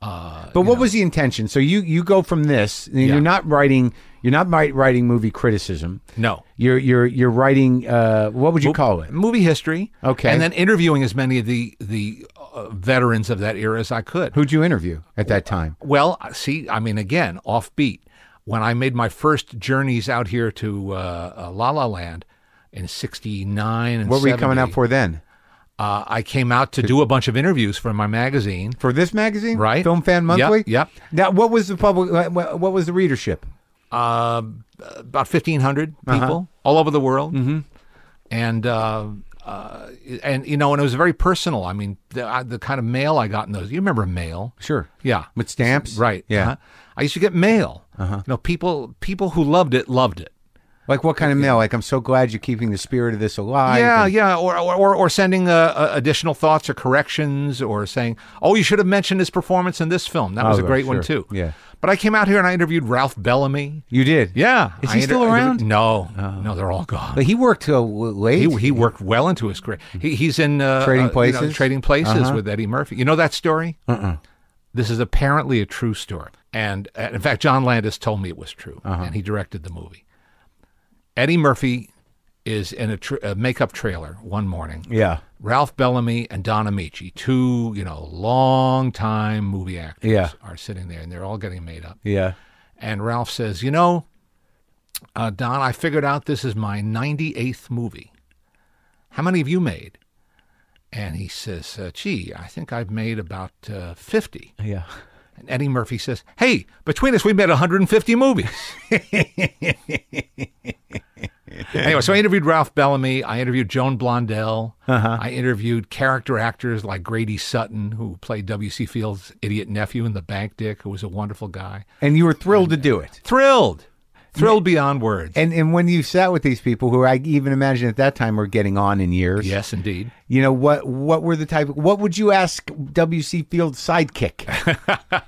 Uh, But what was the intention? So you you go from this, and you're not writing you're not write- writing movie criticism. No. You're you're you're writing uh what would you call it? Movie history, Okay. and then interviewing as many of the the uh, veterans of that era as I could. Who'd you interview at that time? Well, see, I mean, again, offbeat. When I made my first journeys out here to uh, uh, La La Land in '69 and What were you coming 70, out for then? Uh, I came out to do a bunch of interviews for my magazine. For this magazine? Right. Film Fan Yep, Monthly? yep. Now what was the public what- what what was the readership? uh, about 1,500 people Uh-huh. all over the world. Mm-hmm. And, uh, uh, and you know, and it was very personal. I mean, the, I, the kind of mail I got in those. You remember mail? Sure. Yeah. With stamps? Right. Yeah. Uh-huh. uh-huh. I used to get mail. You know, people people who loved it loved it. Like what kind of mail? Like I'm so glad you're keeping the spirit of this alive. yeah, and- yeah. Or or, or, or sending uh, uh, additional thoughts or corrections, or saying, "Oh, you should have mentioned his performance in this film. That was a well, great Oh, sure. one too." Yeah. But I came out here and I interviewed Ralph Bellamy. You did. Yeah. Is I he inter- still interviewed- around? Oh. No, no, they're all gone. But he worked till w- late. He, he worked well into his career. He, he's in uh, Trading uh, you know, Places? Uh-huh. trading places with Eddie Murphy. You know that story? Uh-uh. This is apparently a true story, and uh, in fact, John Landis told me it was true, Uh-huh. and he directed the movie. Eddie Murphy is in a, tr a makeup trailer one morning. yeah. Ralph Bellamy and Don Amici, two you know long time movie actors, Yeah. are sitting there, and they're all getting made up. Yeah. And Ralph says, You know, uh, Don, I figured out this is my 98th movie. How many have you made? And he says, uh, Gee, I think I've made about uh, 50. Yeah. And Eddie Murphy says, Hey, between us, we've made 150 movies. anyway, so I interviewed Ralph Bellamy. I interviewed Joan Blondell. I interviewed character actors like Grady Sutton, who played W.C. Fields' idiot nephew in The Bank Dick, who was a wonderful guy And you were thrilled to do it. thrilled, thrilled beyond words. And and when you sat with these people who I even imagine at that time were getting on in years. yes, indeed. You know what? What were the type? What would you ask W. C. Field's sidekick?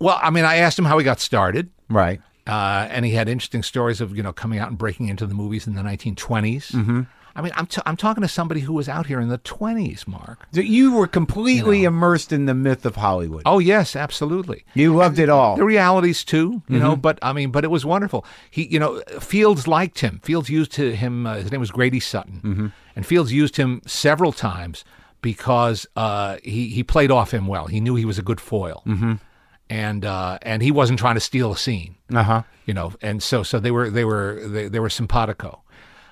Well, I mean, I asked him how he got started, right. uh, and he had interesting stories of you know coming out and breaking into the movies in the 1920s. Mm-hmm. I mean, I'm t- I'm talking to somebody who was out here in the 20s, Mark. So you were completely immersed in the myth of Hollywood. Oh yes, absolutely. You loved it all. The realities too, you know. But I mean, but it was wonderful. He, you know, Fields liked him. Fields used to him. Uh, his name was Grady Sutton, and Fields used him several times because uh, he he played off him well. He knew he was a good foil, mm-hmm. and uh, and he wasn't trying to steal a scene, Uh huh. you know. And so so they were they were they, they were simpatico.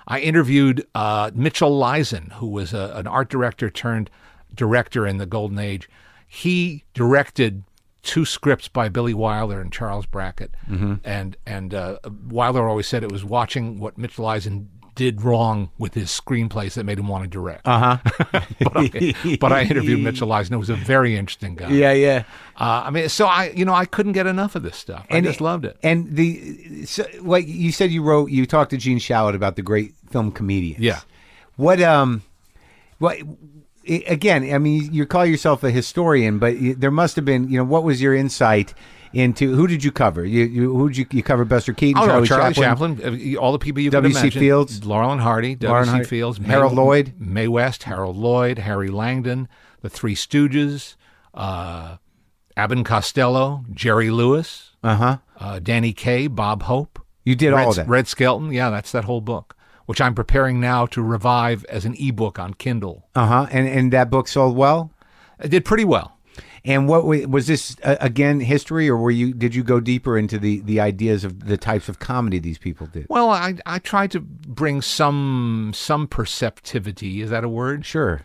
I interviewed uh, Mitchell Leisen, who was a, an art director turned director in the Golden Age. He directed two scripts by Billy Wilder and Charles Brackett, Mm-hmm. and and uh, Wilder always said it was watching what Mitchell Leisen did wrong with his screenplays that made him want to direct. Uh-huh. Uh huh. but, I, but I interviewed Mitchell Leisen. It was a very interesting guy. Yeah, yeah. Uh, I mean, so I you know I couldn't get enough of this stuff. I just loved it. And the so, like you said, you wrote, you talked to Gene Shalit about the great film comedians. Yeah. What um, what i- again? I mean, you call yourself a historian, but y- there must have been, you know, what was your insight into who did you cover? You, you who did you, you cover? Buster Keaton, Oh, no, Charlie Charlie, Chaplin. Chaplin, uh, all the people you W.C. could imagine. Fields. Laurel Hardy, Laurel W.C. Hardy, Fields, Harold Lloyd. May West, Harold Lloyd, Harry Langdon, the Three Stooges, uh, Abbott and Costello, Jerry Lewis, Uh huh. uh, Danny Kaye, Bob Hope. You did Red, all that. Red Skelton, yeah, that's that whole book, which I'm preparing now to revive as an ebook on Kindle. Uh-huh. Uh huh. And and that book sold well. It did pretty well. And what wa- was this uh, again? History, or were you? Did you go deeper into the the ideas of the types of comedy these people did? Well, I I tried to bring some some perceptivity. Is that a word? Sure.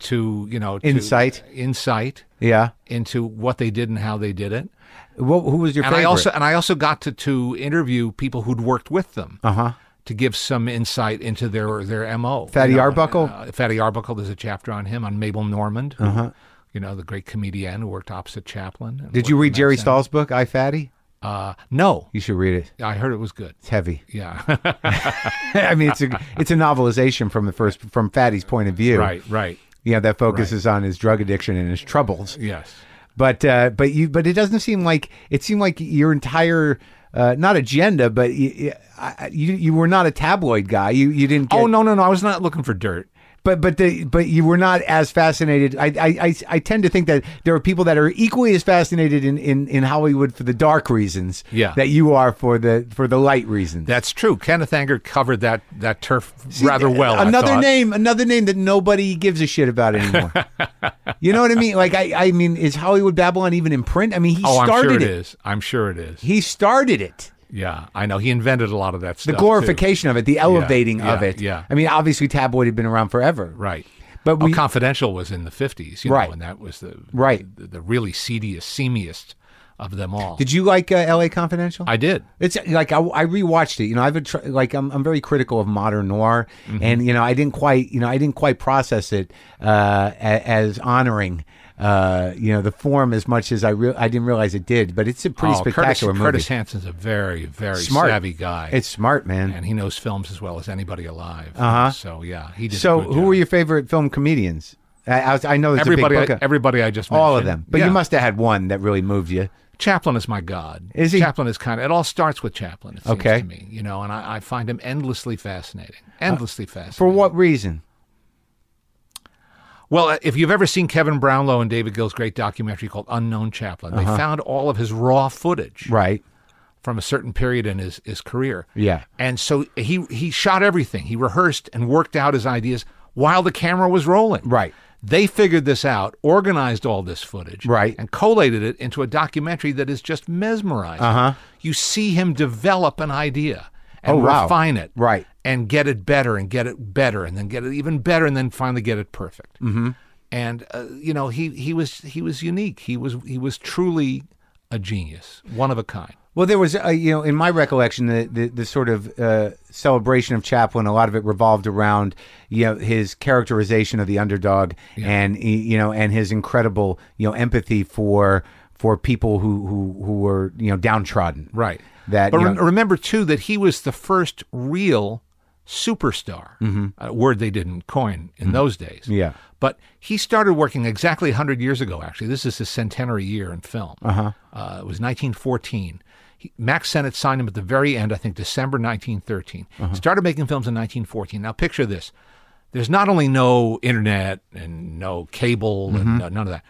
To you know to- Insight. insight Yeah. into what they did and how they did it. What, who was your And favorite? I also and I also got to to interview people who'd worked with them. uh huh. to give some insight into their their mo. Fatty You know, Arbuckle? Uh-huh. uh, Fatty Arbuckle. There's a chapter on him on Mabel Normand, who, you know, the great comedian who worked opposite Chaplin. and Did you worked read Jerry Stahl's book, I Fatty? in- Uh, no, You should read it. I heard it was good. It's heavy. Yeah, I mean, it's a it's a novelization from the first from Fatty's point of view. right, right. Yeah, that focuses on his drug addiction and his troubles. Yes, But uh, but you but it doesn't seem like it seemed like your entire uh, not agenda, but you, you you were not a tabloid guy. You you didn't. Get, Oh no, no, no. I was not looking for dirt. But but the, but you were not as fascinated. I, I I I tend to think that there are people that are equally as fascinated in in, in Hollywood for the dark reasons. Yeah. That you are for the for the light reasons. That's true. Kenneth Anger covered that that turf rather well. I eh, Another thought. name, another name that nobody gives a shit about anymore. you know what I mean? Like I, I mean, is Hollywood Babylon even in print? I mean, he Oh, I'm started sure it it. is. I'm sure it is. He started it. Yeah, I know. He invented a lot of that The stuff. too. glorification of it, the elevating of yeah, it. yeah. I mean, obviously, tabloid had been around forever. Right. But Oh, we- Confidential was in the 50s, you Right. know, and that was the Right. the, the really seediest, seamiest of them all. Did you like uh, L.A. Confidential? I did. It's like I, I rewatched it. You know, I've been tr- like I'm, I'm very critical of modern noir, Mm-hmm. and you know, I didn't quite you know I didn't quite process it uh, a- as honoring uh, you know the form as much as I re- I didn't realize it did. But it's a pretty Oh, spectacular Curtis, movie. Curtis Hansen's a very, very Smart. savvy guy, it's smart, man. and he knows films as well as anybody alive. So yeah, he did. Uh-huh. So, a good who job. were your favorite film comedians? I, I, was- I know there's Everybody, a big book. I, everybody I just mentioned. all of them, but Yeah. you must have had one that really moved you. Chaplin is my god. Is he? Chaplin is kind of. It all starts with Chaplin. It seems Okay. to me, you know, and I, I find him endlessly fascinating. Endlessly fascinating. For what reason? Well, uh, if you've ever seen Kevin Brownlow and David Gill's great documentary called Unknown Chaplain, they found all of his raw footage Uh-huh. Right. from a certain period in his, his career. Yeah. And so he he shot everything. He rehearsed and worked out his ideas while the camera was rolling. Right. They figured this out, organized all this footage, Right. and collated it into a documentary that is just mesmerizing. Uh-huh. You see him develop an idea and Oh, wow. refine it, Right. and get it better and get it better and then get it even better and then finally get it perfect. Mm-hmm. And uh, you know he he was he was unique. He was he was truly a genius, one of a kind. Well, there was, uh, you know, in my recollection, the the, the sort of uh, celebration of Chaplin, a lot of it revolved around, you know, his characterization of the underdog, and y- you know, and his incredible, you know, empathy for for people who who who were you know downtrodden. Right. That. But you re- know- remember too that he was the first real superstar. A word they didn't coin in those days. Mm-hmm. Yeah. But he started working exactly 100 years ago actually. This is his centenary year in film. Uh-huh. it was 1914. He, Max Sennett signed him at the very end, I think December 1913. Uh-huh. Started making films in 1914. Now picture this. There's not only no internet and no cable Mm-hmm. and no, none of that.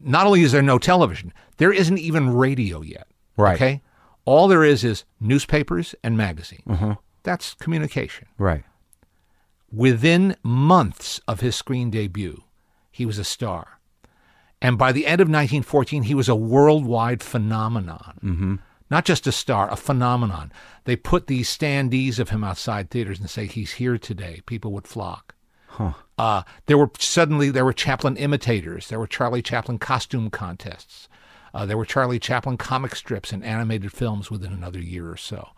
Not only is there no television, there isn't even radio yet. Right. Okay. All there is is newspapers and magazines. Uh-huh. That's communication. right. Within months of his screen debut, he was a star. And by the end of 1914, he was a worldwide phenomenon. Mm-hmm. Not just a star, a phenomenon. They put these standees of him outside theaters and say, he's here today. People would flock. Uh, there were suddenly there were Chaplin imitators. There were Charlie Chaplin costume contests. Uh, there were Charlie Chaplin comic strips and animated films within another year or so.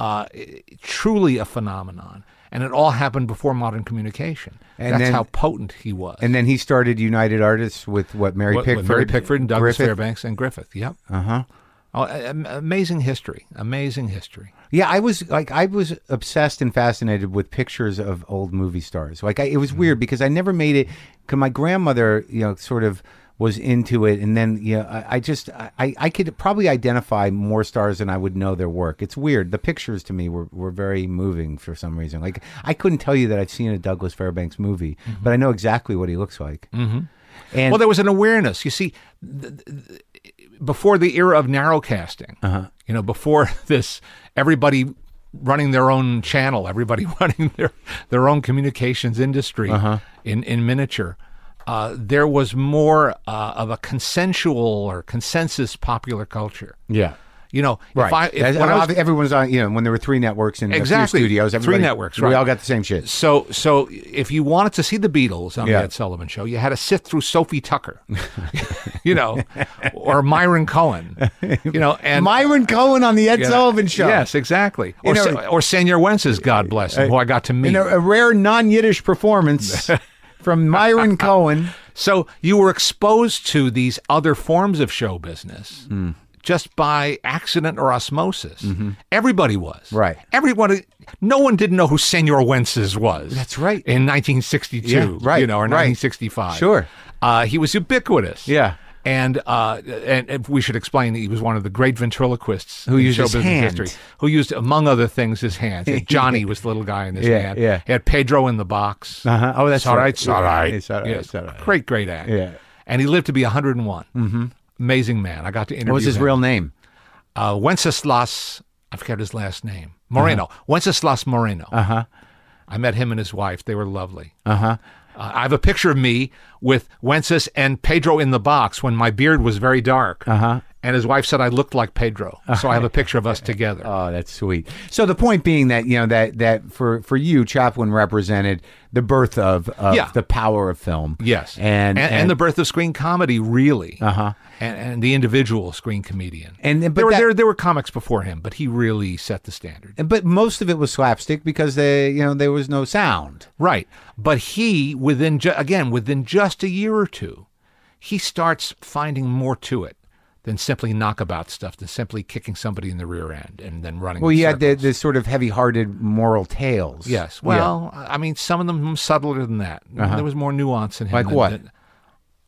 Uh, i- truly a phenomenon, and it all happened before modern communication. And That's then- how potent he was. And then he started United Artists with what Mary What- what Pickford, Mary Pickford and Douglas Griffith. Fairbanks and Griffith. Yep. Uh-huh. Oh, a- am- amazing history. Amazing history. Yeah, I was like I was obsessed and fascinated with pictures of old movie stars. Like I, it Mm-hmm. was weird because I never made it. Cause my grandmother, you know, sort of was into it, and then you know, I, I just I, I could probably identify more stars than I would know their work. It's weird. The pictures to me were, were very moving for some reason. Like I couldn't tell you that I've seen a Douglas Fairbanks movie, but I know exactly what he looks like. Mm-hmm. And Mm-hmm. Well, there was an awareness. You see, th- th- before the era of narrowcasting, Uh-huh. you know, before this, everybody running their own Uh-huh. channel, everybody running their their own communications industry in in miniature. uh, there was more uh, of a consensual or consensus popular culture. Yeah. You know, Right. if I, if That's- when I was- everyone's on, you know, when there were three networks and Exactly. a few studios, Three everybody- networks, We right. all got the same shit. so so if you wanted to see the Beatles on Yeah. the Ed Sullivan Show, you had to sit through Sophie Tucker, you know, or Myron Cohen, you know, and Myron Cohen on the Ed Sullivan Show. Yes, exactly. Or know- uh, Se- or Senor Wences, God bless him, who I got to meet. In a, a rare non-Yiddish performance from Myron Cohen. So you were exposed to these other forms of show business just by accident or osmosis. Everybody was. Right. Everyone, no one didn't know who Senor Wences was. That's right. In 1962, Yeah, right, you know, or right. 1965. Sure. Uh, he was ubiquitous. Yeah. And, uh, and and we should explain that he was one of the great ventriloquists who used show his business hand. history, who used among other things his hands. Johnny was the little guy in his Yeah, hand. yeah. He had Pedro in the box. Uh-huh. Oh, that's It's all right. right. It's all right. It's all right, Yes. it's all right. Great, great act. Yeah. And he lived to be 101. Mm-hmm. Amazing man. I got to interview What was his him. real name? Uh, Wenceslas, I forget his last name. Moreno. Uh-huh. Wenceslas Moreno. Uh-huh. I met him and his wife. They were lovely. Uh-huh. I have a picture of me with Wences and Pedro in the box when my beard was very dark. Uh-huh. And his wife said I looked like Pedro. So I have a picture of us together. Oh, that's sweet. So the point being that you know that that for for you, Chaplin represented the birth of, of Yeah. the power of film. Yes, and and, the birth of screen comedy, really, uh-huh. and, and the individual screen comedian. And- but there, were that- there, there were comics before him, but he really set the standard. and- but most of it was slapstick because they you know there was no sound. Right, but he within ju- again within just a year or two, he starts finding more to it than simply knockabout stuff, than simply kicking somebody in the rear end and then running. Well, in you had the, circles. the sort of heavy-hearted moral tales. yes. Well, I I mean, some of them subtler than that. There was more nuance in him. Uh-huh. Like than- what? than-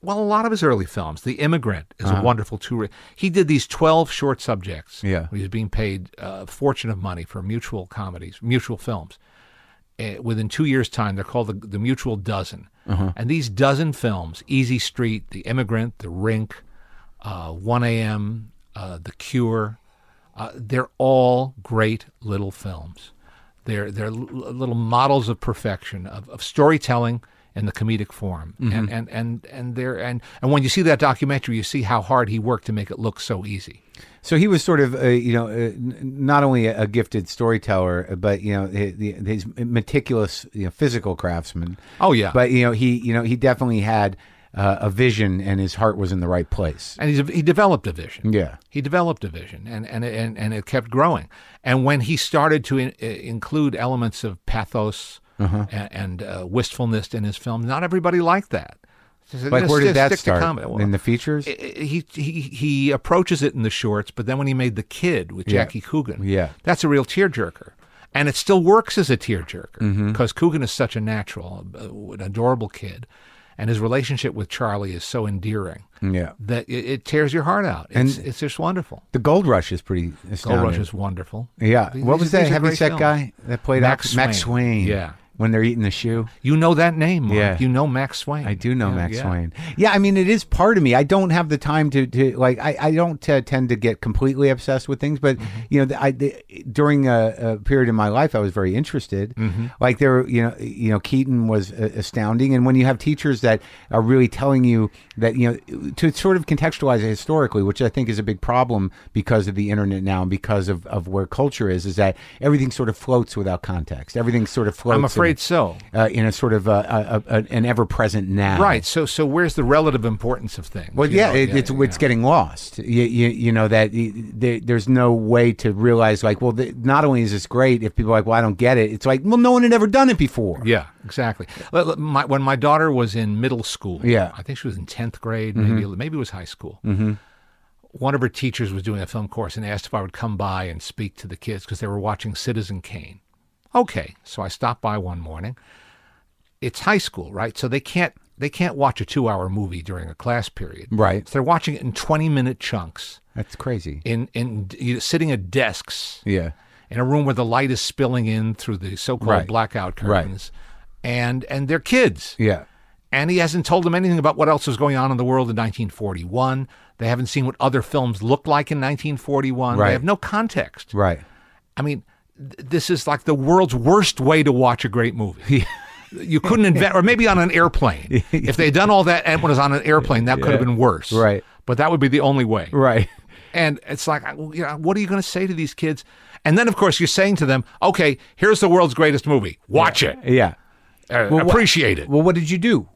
well, a lot of his early films. The Immigrant is a Uh-huh. wonderful tour. He did these 12 short subjects. Yeah. He was being paid uh, a fortune of money for mutual comedies, mutual films. Eh, within two years' time, they're called the, the Mutual Dozen. And these dozen films Easy Street, The Immigrant, The Rink, uh, 1 a.m., uh, The Cure uh, they're all great little films. They're, they're l- little models of perfection, of, of storytelling in the comedic form. And, and, and, and, they're, and, and when you see that documentary, you see how hard he worked to make it look so easy. So he was sort of, uh, you know, uh, n- not only a, a gifted storyteller, but you know, his, his meticulous, you know, physical craftsman. Oh, yeah. But you know, he, you know, he definitely had uh, a vision, and his heart was in the right place. And he's, he developed a vision. Yeah. He developed a vision, and, and, and, and it kept growing. And when he started to in, uh, include elements of pathos Uh-huh. a- and, uh, wistfulness in his film, not everybody liked that. They said, Like, "Just where did stick- that stick to start? comedy." Well, in the features? he he he approaches it in the shorts, but then when he made the kid with Jackie Coogan, Yeah. that's a real tearjerker, and it still works as a Mm-hmm. tearjerker because Coogan is such a natural, uh, an adorable kid, and his relationship with Charlie is so endearing yeah. that it, it tears your heart out. It's, it's just wonderful. The Gold Rush is pretty astounding. Gold Rush is wonderful. Yeah. These- what these- was that these are heavy great set films. guy that played Max Oc- Max Swain. Swain? Yeah. When they're eating the shoe. You know that name, Mark. Yeah. You know Max Swain. I do know Yeah, Max yeah. Swain. Yeah, I mean, it is part of me. I don't have the time to, to like, I, I don't uh, tend to get completely obsessed with things, but, Mm-hmm. you know, the- I, the, during a, a period in my life, I was very interested. Mm-hmm. Like, there, were, you know, you know, Keaton was uh, astounding. And when you have teachers that are really telling you that, you know, to sort of contextualize it historically, which I think is a big problem because of the internet now and because of, of where culture is, is that everything sort of floats without context. Everything sort of floats. I'm in- afraid so. Uh, in a sort of uh, a, a, an ever-present now, Right. So so where's the relative importance of things? well, You yeah, know, it, it's it's yeah. getting lost. You, you, you know that y- there, there's no way to realize like, well, th not only is this great, if people are like, well, I don't get it, it's like, well, no one had ever done it before. Yeah, exactly. L- l- My, when my daughter was in middle school, Yeah. Mm-hmm. I think she was in tenth grade, maybe maybe it was high school. One of her teachers was doing a film course and asked if I would come by and speak to the kids because they were watching Citizen Kane. Okay, so I stopped by one morning. It's high school, right? So they can't they can't watch a two hour movie during a class period, Right. So they're watching it in twenty minute chunks That's crazy. in in you know, sitting at desks Yeah. in a room where the light is spilling in through the so-called Right. blackout Right. curtains, and and they're kids. Yeah. And he hasn't told them anything about what else was going on in the world in 1941. They haven't seen what other films looked like in 1941. Right. They have no context. Right. I mean, th- this is like the world's worst way to watch a great movie. you couldn't invent, or maybe on an airplane. If they'd done all that and when it was on an airplane, that could have been worse. Right. But that would be the only way. Right. And it's like, I- you know, what are you going to say to these kids? And then, of course, you're saying to them, okay, here's the world's greatest movie. Watch it. Yeah. Uh, appreciate it. Well, what did you do?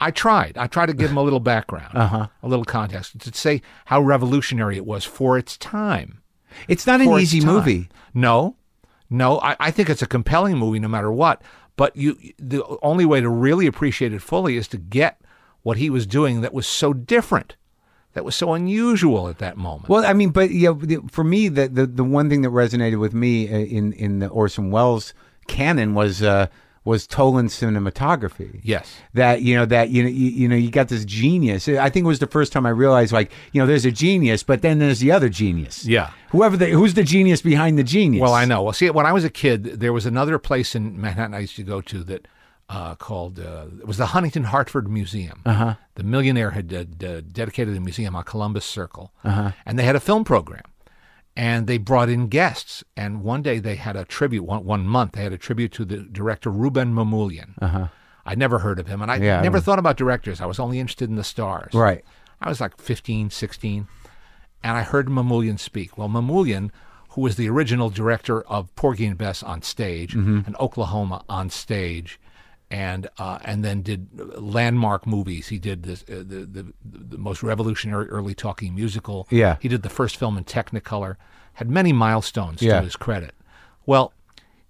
I tried. I tried to give them a little background, a little context, to say how revolutionary it was for its time. It's not an For its easy time. movie. No, no. I, I think it's a compelling movie no matter what. But you, the only way to really appreciate it fully is to get what he was doing that was so different, that was so unusual at that moment. Well, I mean, but yeah, the- for me, the, the the one thing that resonated with me uh, in in the Orson Welles canon was uh, was Tolan's cinematography. Yes. that you know that you know you, you know you got this genius. I think it was the first time I realized like you know there's a genius, but then there's the other genius. Yeah. whoever the who's the genius behind the genius. Well, I know. Well, see, when I was a kid, there was another place in Manhattan I used to go to that uh, called uh, it was the Huntington Hartford Museum. Uh-huh. The millionaire had uh, d- dedicated a museum on Columbus Circle, uh-huh. and they had a film program, and they brought in guests. And one day they had a tribute. One, one month they had a tribute to the director Ruben Mamoulian. Uh-huh. I'd never heard of him, and I Yeah, I never thought about directors. I was only interested in the stars. Right. I was like 15, 16, and I heard Mamoulian speak. Well, Mamoulian, who was the original director of Porgy and Bess on stage and Oklahoma on stage, and uh, and then did landmark movies. He did this, uh, the, the the most revolutionary early talking musical. Yeah. he did the first film in Technicolor. Had many milestones Yeah. to his credit. Well,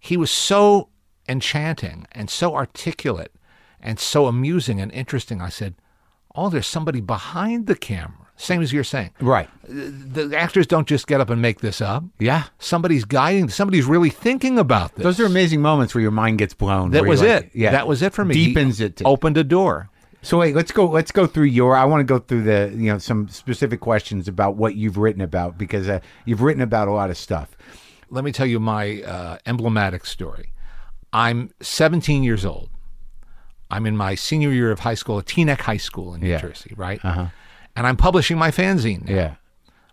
he was so enchanting and so articulate and so amusing and interesting. I said, Oh, there's somebody behind the camera. Same as you're saying. Right. The the actors don't just get up and make this up. Yeah. Somebody's guiding, somebody's really thinking about this. Those are amazing moments where your mind gets blown. that where you're was like- it. That was it for me. Oh. He Deepens it. To, Opened a door. So wait, let's go. Let's go through your. I want to go through the you know some specific questions about what you've written about because uh, you've written about a lot of stuff. let me tell you my uh, emblematic story. I'm 17 years old. I'm in my senior year of high school at Teaneck High School in New Yeah. Jersey, right? And I'm publishing my fanzine, now, Yeah.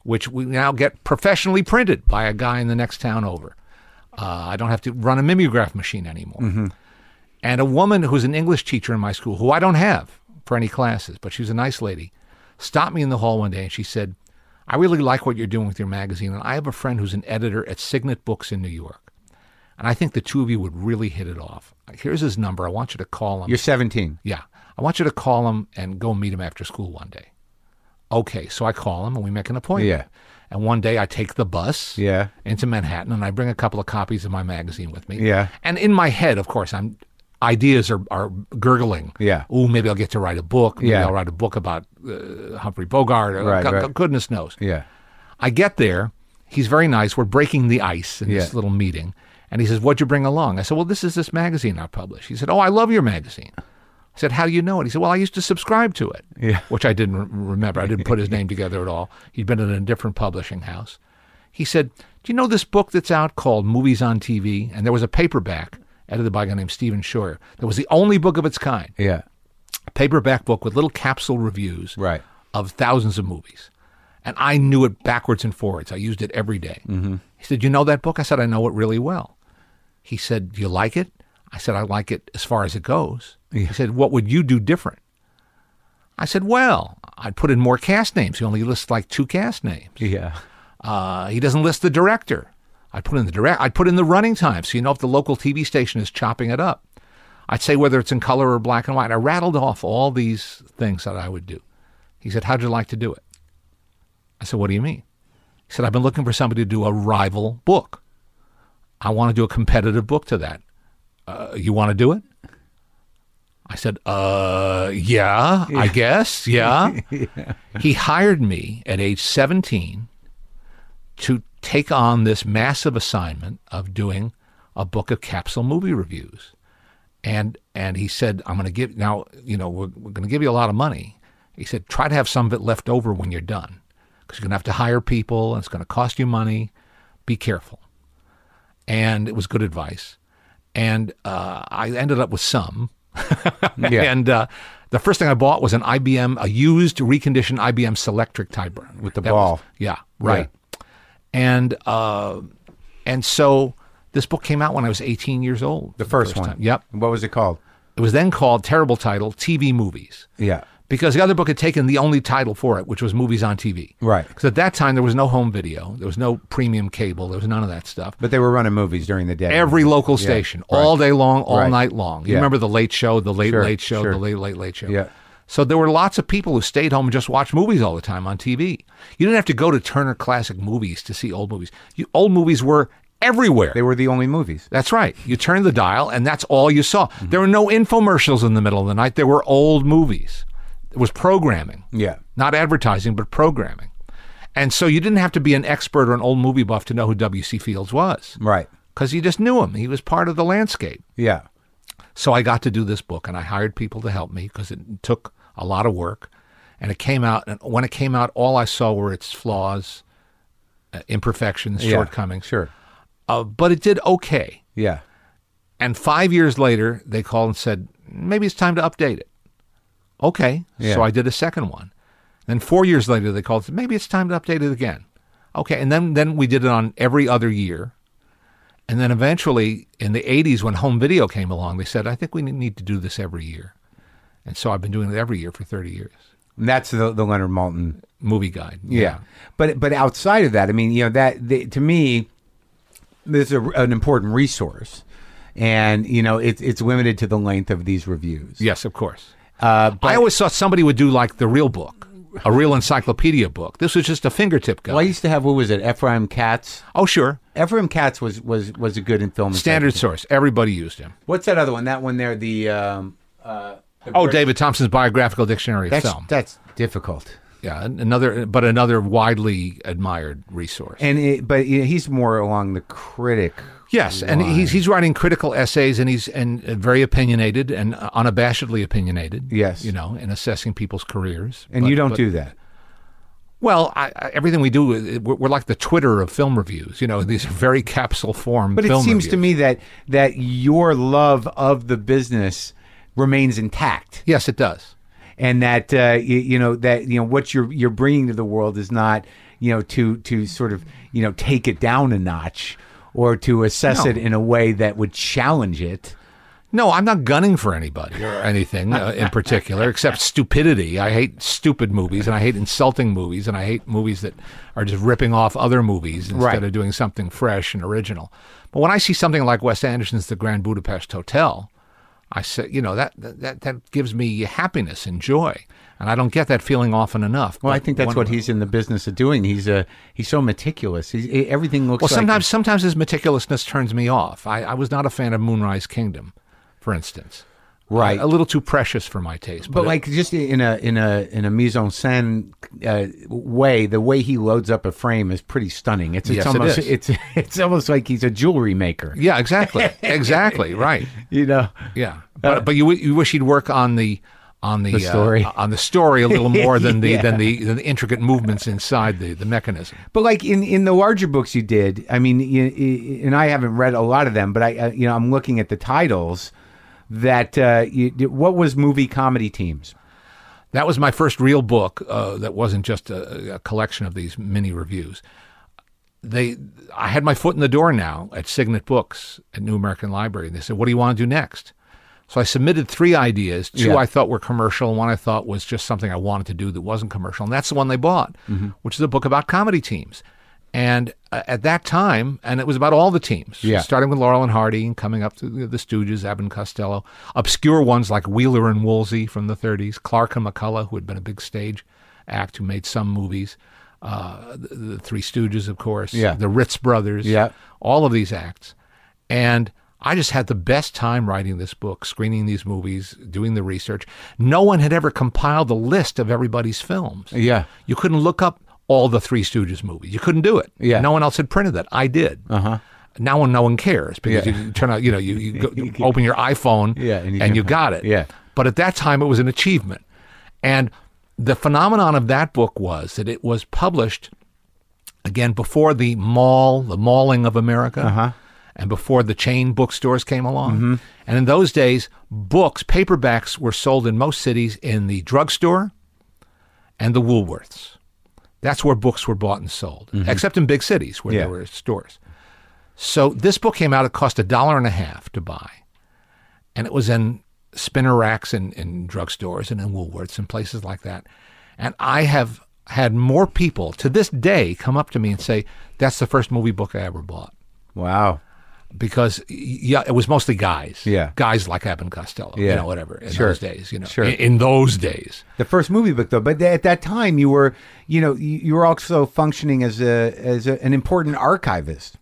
which we now get professionally printed by a guy in the next town over. Uh, I don't have to run a mimeograph machine anymore. And a woman who's an English teacher in my school, who I don't have for any classes, but she's a nice lady, stopped me in the hall one day and she said, I really like what you're doing with your magazine. And I have a friend who's an editor at Signet Books in New York. And I think the two of you would really hit it off. Here's his number. I want you to call him. You're 17. Yeah. I want you to call him and go meet him after school one day. Okay. So I call him and we make an appointment. Yeah. And one day I take the bus Yeah. into Manhattan and I bring a couple of copies of my magazine with me. Yeah. And in my head, of course, I'm ideas are, are gurgling. Yeah. Ooh, maybe I'll get to write a book. Maybe Yeah. I'll write a book about uh, Humphrey Bogart. Or Right, go- right. Goodness knows. Yeah. I get there. He's very nice. We're breaking the ice in this Yeah. little meeting. And he says, What'd you bring along? I said, Well, this is this magazine I publish. He said, Oh, I love your magazine. I said, How do you know it? He said, Well, I used to subscribe to it, Yeah. which I didn't re- remember. I didn't put his name together at all. He'd been in a different publishing house. He said, Do you know this book that's out called Movies on TV? And there was a paperback edited by a guy named Stephen Shorter. That was the only book of its kind Yeah. paperback book with little capsule reviews Right. of thousands of movies. And I knew it backwards and forwards. I used it every day. He said, You know that book? I said, I know it really well. He said, Do you like it? I said, I like it as far as it goes. He said, What would you do different? I said, Well, I'd put in more cast names. He only lists like two cast names. Yeah. Uh, he doesn't list the director. I'd put in the direct. I'd put in the running time, so you know if the local TV station is chopping it up. I'd say whether it's in color or black and white. I rattled off all these things that I would do. He said, "How'd you like to do it?" I said, "What do you mean?" He said, "I've been looking for somebody to do a rival book. I want to do a competitive book to that. Uh, you want to do it?" I said, "Uh, yeah, I guess, yeah." He hired me at age seventeen to take on this massive assignment of doing a book of capsule movie reviews. And and he said, I'm going to give now, you know, we're, we're going to give you a lot of money. He said, try to have some of it left over when you're done because you're going to have to hire people and it's going to cost you money. Be careful. And it was good advice. And uh, I ended up with some. Yeah. And uh, the first thing I bought was an IBM, a used, reconditioned IBM Selectric typewriter With the That was- ball. yeah, right. And uh, and so this book came out when I was 18 years old. the first, one. Time. Yep. What was it called? It was then called terrible title TV movies Yeah. because the other book had taken the only title for it, which was movies on TV. Right. Because at that time there was no home video, there was no premium cable, there was none of that stuff. But they were running movies during the day. Every local station, all day long, all Right. night long. You Yeah. remember the late show, the late Sure, late show, sure. the late late late show. Yeah. So there were lots of people who stayed home and just watched movies all the time on TV. You didn't have to go to Turner Classic Movies to see old movies. You, old movies were everywhere. They were the only movies. That's right. You turned the dial, and that's all you saw. Mm-hmm. There were no infomercials in the middle of the night. There were old movies. It was programming. Yeah. Not advertising, but programming. And so you didn't have to be an expert or an old movie buff to know who W.C. Fields was Right. because you just knew him. He was part of the landscape. Yeah. So I got to do this book, and I hired people to help me because it took a lot of work. And it came out, and when it came out, all I saw were its flaws, uh, imperfections, Yeah. shortcomings. Sure. Uh, but it did okay. Yeah. And five years later, they called and said, maybe it's time to update it. Okay. Yeah. So I did a second one. Then four years later, they called and said, maybe it's time to update it again. Okay. And then, then we did it on every other year. And then eventually, in the 80s, when home video came along, they said, I think we need to do this every year. And so I've been doing it every year for 30 years. And that's the, the Leonard Malton. Movie guide. Yeah. But but outside of that, I mean, you know, that the, to me, this is a, an important resource. And, you know, it's it's limited to the length of these reviews. Yes, of course. Uh, but I always thought somebody would do like the real book, a real encyclopedia book. This was just a fingertip guide. well, I used to have, what was it, Ephraim Katz? oh, sure. Ephraim Katz was, was, was a good in film. Standard source. Everybody used him. What's that other one? That one there, the. Um, uh, the Oh, Brit- David Thompson's biographical dictionary of That's, film. that's difficult. yeah, an- another, but another widely admired resource. And it, but you know, he's more along the critic. yes, and he's he's writing critical essays, and he's and uh, very opinionated and uh, unabashedly opinionated. Yes. you know, in assessing people's careers. And But- you don't but- do that. well. I, I, everything we do, uh, we're, we're like the Twitter of film reviews. You know, these are very capsule form. But it film seems to reviews. me that that your love of the business remains intact, yes, it does. and that uh, you, you know that you know what you're you're bringing to the world is not you know to to sort of you know take it down a notch or to assess No. it in a way that would challenge it. No, I'm not gunning for anybody or anything uh, in particular, except stupidity. I hate stupid movies, and I hate insulting movies, and I hate movies that are just ripping off other movies instead Right. of doing something fresh and original. But when I see something like Wes Anderson's The Grand Budapest Hotel, I say, you know, that that that gives me happiness and joy, and I don't get that feeling often enough. Well, I But think that's when- what he's in the business of doing. He's a he's so meticulous. He's, he- everything looks Well, like sometimes sometimes his meticulousness turns me off. I, I was not a fan of Moonrise Kingdom, for instance. Right. a little too precious for my taste. But it- like just in a in a in a mise en scène uh, way, the way he loads up a frame is pretty stunning. It's, Yes, it's it almost is. it's it's almost like he's a jewelry maker. Yeah, exactly, exactly, right. You know, Yeah, but but you w- you wish he'd work on the on the, uh, story. on the story a little more than the than the than the intricate movements inside the the mechanism. but like in in the larger books you did, I mean, you, you- and I haven't read a lot of them, but I uh, you know I'm looking at the titles. That uh, you, what was movie comedy teams? That was my first real book uh, that wasn't just a, a collection of these mini reviews. They, I had my foot in the door now at Signet Books at New American Library, and they said, "What do you want to do next?" So I submitted three ideas. Two Yeah. I thought were commercial, and one I thought was just something I wanted to do that wasn't commercial, and that's the one they bought, Mm-hmm. which is a book about comedy teams. And uh, at that time, and it was about all the teams, Yeah. starting with Laurel and Hardy and coming up to the, the Stooges, Abbott and Costello, obscure ones like Wheeler and Woolsey from the 30s, Clark and McCullough, who had been a big stage act who made some movies, uh, the, the Three Stooges, of course, Yeah. the Ritz brothers, Yeah. all of these acts. And I just had the best time writing this book, screening these movies, doing the research. No one had ever compiled a list of everybody's films. Yeah, You couldn't look up all the Three Stooges movies. You couldn't do it. Yeah. Uh-huh. No one else had printed that. I did. Uh huh. Now no one cares because Yeah. you turn out, you know, you, you, go, you open your iPhone Yeah, and and, you, you can find- got it. yeah. But at that time, it was an achievement. And the phenomenon of that book was that it was published again before the mall, the mauling of America, Uh-huh. and before the chain bookstores came along. Mm-hmm. And in those days, books, paperbacks were sold in most cities in the drugstore and the Woolworths. That's where books were bought and sold, except in big cities where Mm-hmm. Yeah. there were stores. So this book came out. It cost a dollar and a half to buy, and it was in spinner racks in, in drugstores and in Woolworths and places like that. And I have had more people to this day come up to me and say, That's the first movie book I ever bought. Wow. Because y- yeah, it was mostly guys. Yeah. Guys like Abbott Costello, Yeah. you know, whatever, in Sure. those days, you know. Sure. In, in those days. The first movie book, though, but at that time you were, you know, you you were also functioning as a as a, an important archivist.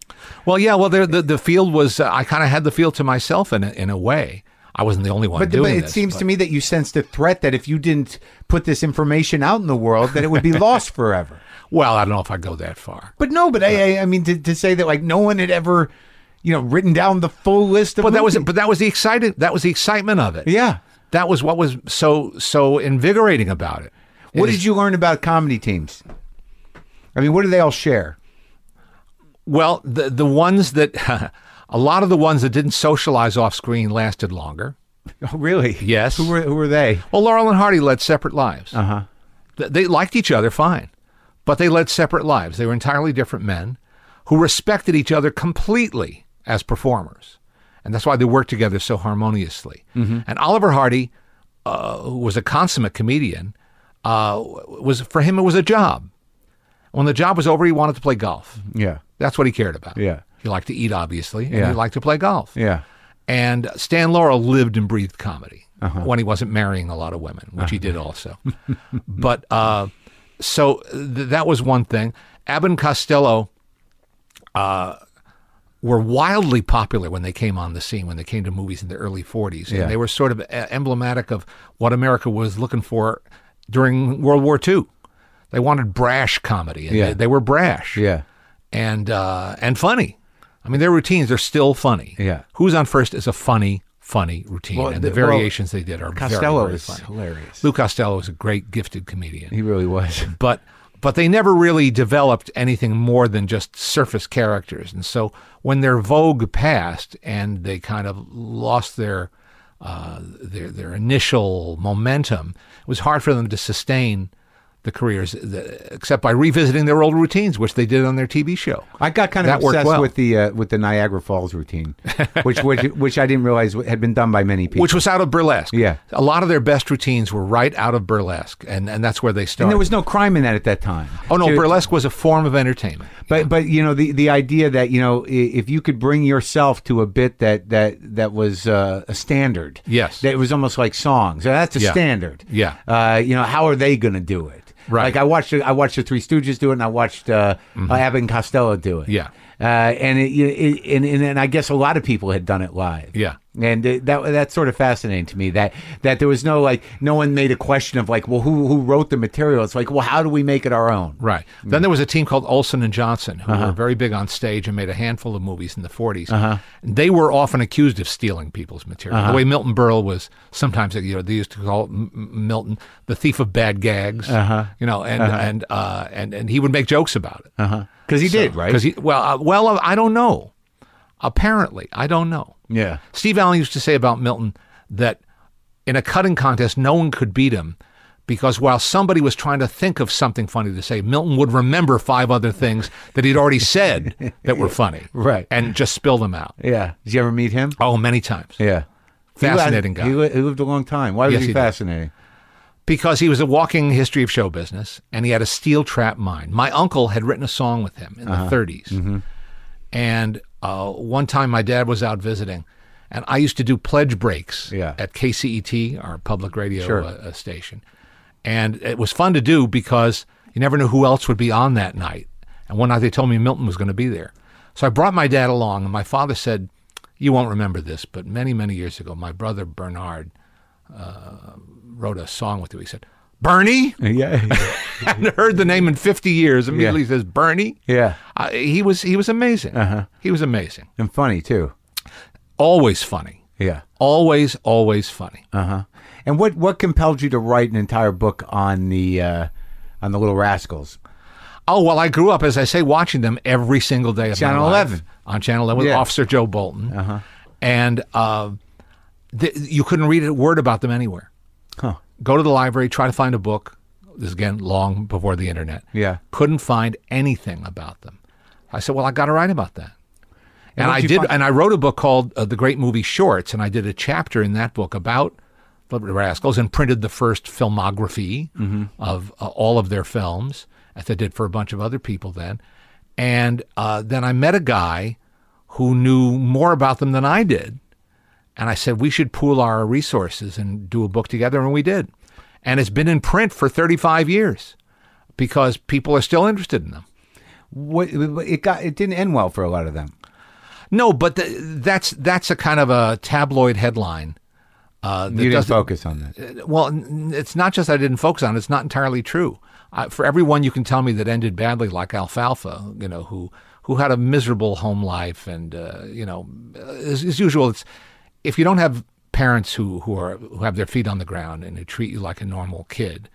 Well, yeah, well, there, the, the field was, uh, I kind of had the field to myself in a, in a way. I wasn't the only one But, doing but it this, seems to me that you sensed a threat that if you didn't put this information out in the world, that it would be lost forever. Well, I don't know if I go that far. But no, but I, I, I mean to, to say that like no one had ever, you know, written down the full list of. But that was movies. but that was the excited that was the excitement of it. yeah. That was what was so so invigorating about it. What did you learn about comedy teams? I mean, what do they all share? Well, the the ones that a lot of the ones that didn't socialize off screen lasted longer. Oh, really? Yes. Who were who were they? Well, Laurel and Hardy led separate lives. Uh Uh-huh. huh. They liked each other fine, but they led separate lives. They were entirely different men who respected each other completely as performers. And that's why they worked together so harmoniously. Mm-hmm. And Oliver Hardy, uh, who was a consummate comedian, uh, was for him, it was a job. When the job was over, he wanted to play golf. Yeah. That's what he cared about. Mm-hmm. Yeah. He liked to eat, obviously, and Yeah. he liked to play golf. Yeah. And Stan Laurel lived and breathed comedy Uh-huh. when he wasn't marrying a lot of women, which he did also. but uh, so th- that was one thing. Abbott and Costello uh, were wildly popular when they came on the scene, when they came to movies in the early 40s. Yeah. And they were sort of uh, emblematic of what America was looking for during World War II. They wanted brash comedy, and Yeah. they, they were brash Yeah. and uh, and funny. I mean, their routines are still funny. Yeah. Who's on first is a funny, funny routine, Well, and the, the- well, variations they did are very, Costello very is funny. hilarious. Lou Costello is a great, gifted comedian, He really was. but but they never really developed anything more than just surface characters. And so when their vogue passed and they kind of lost their uh, their their initial momentum, it was hard for them to sustain. The careers, the, except by revisiting their old routines, which they did on their TV show. I got kind of That worked obsessed well. with the uh, with the Niagara Falls routine, which which which I didn't realize had been done by many people. which was out of burlesque. Yeah. a lot of their best routines were right out of burlesque, and and that's where they started. and there was no crime in that at that time. oh no, To- burlesque was a form of entertainment. But but you know the the idea that you know i- if you could bring yourself to a bit that that that was uh, a standard. Yes. That it was almost like songs. Uh, That's a Yeah. standard. Yeah. Uh, you know how are they going to do it? Right. Mm-hmm. Like I watched I watched the Three Stooges do it, and I watched uh, uh, Abbott and Costello do it. Yeah. Uh, and it, you- it and, and and I guess a lot of people had done it live. Yeah. And uh, that that's sort of fascinating to me that that there was no like no one made a question of like well who who wrote the material it's like well how do we make it our own Right. Then there was a team called Olson and Johnson who Uh-huh. were very big on stage and made a handful of movies in the 40s. They were often accused of stealing people's material. Uh-huh. The way Milton Berle was sometimes, you know, they used to call M- M- Milton the thief of bad gags, Uh-huh. you know, and and uh, and and he would make jokes about it. Uh-huh. because he did right Because he well, uh, well, uh, I don't know. Apparently, I don't know. yeah Steve Allen used to say about Milton that in a cutting contest, no one could beat him because while somebody was trying to think of something funny to say, Milton would remember five other things that he'd already said that were funny. Right. And just spill them out. Yeah. Did you ever meet him? Oh, many times. Yeah. Fascinating He, guy. li- he lived a long time. Why was Yes, he, he did. fascinating? Because he was a walking history of show business and he had a steel trap mind. My uncle had written a song with him in Uh-huh. the 30s. Mm-hmm. And uh, one time my dad was out visiting, and I used to do pledge breaks Yeah. at KCET, our public radio Sure. uh, uh, station. And it was fun to do because you never knew who else would be on that night. And one night they told me Milton was going to be there. So I brought my dad along, and my father said, You won't remember this, but many, many years ago, my brother Bernard uh, wrote a song with you. He said, Bernie? Yeah. hadn't heard the name in 50 years. Immediately says Bernie. Yeah. Uh, Uh-huh. he was he was amazing. He was amazing. and funny too. Always funny. Yeah. Always always funny. Uh huh. And what what compelled you to write an entire book on the uh, on the Little Rascals? Oh well, I grew up as I say watching them every single day of Channel my life 11. on Channel 11 with Yeah. Officer Joe Bolton. Uh-huh. And uh, th- you couldn't read a word about them anywhere. Huh. Go to the library, try to find a book. This is, again long before the internet. Yeah. Couldn't find anything about them. I said, well, I got to write about that. And I you did, find- and I wrote a book called uh, The Great Movie Shorts, and I did a chapter in that book about Liberty Rascals and printed the first filmography Mm-hmm. of uh, all of their films, as I did for a bunch of other people then. And uh, then I met a guy who knew more about them than I did. And I said, we should pool our resources and do a book together. And we did. And it's been in print for 35 years because people are still interested in them. What, it got it didn't end well for a lot of them. No, but th- that's that's a kind of a tabloid headline. Uh, that You didn't doesn't- focus on that. well, n- it's not just I didn't focus on it. It's not entirely true. Uh, for everyone you can tell me that ended badly, like Alfalfa, you know, who who had a miserable home life, and uh, you know, uh, as, as usual, it's if you don't have parents who who are who have their feet on the ground and who treat you like a normal kid,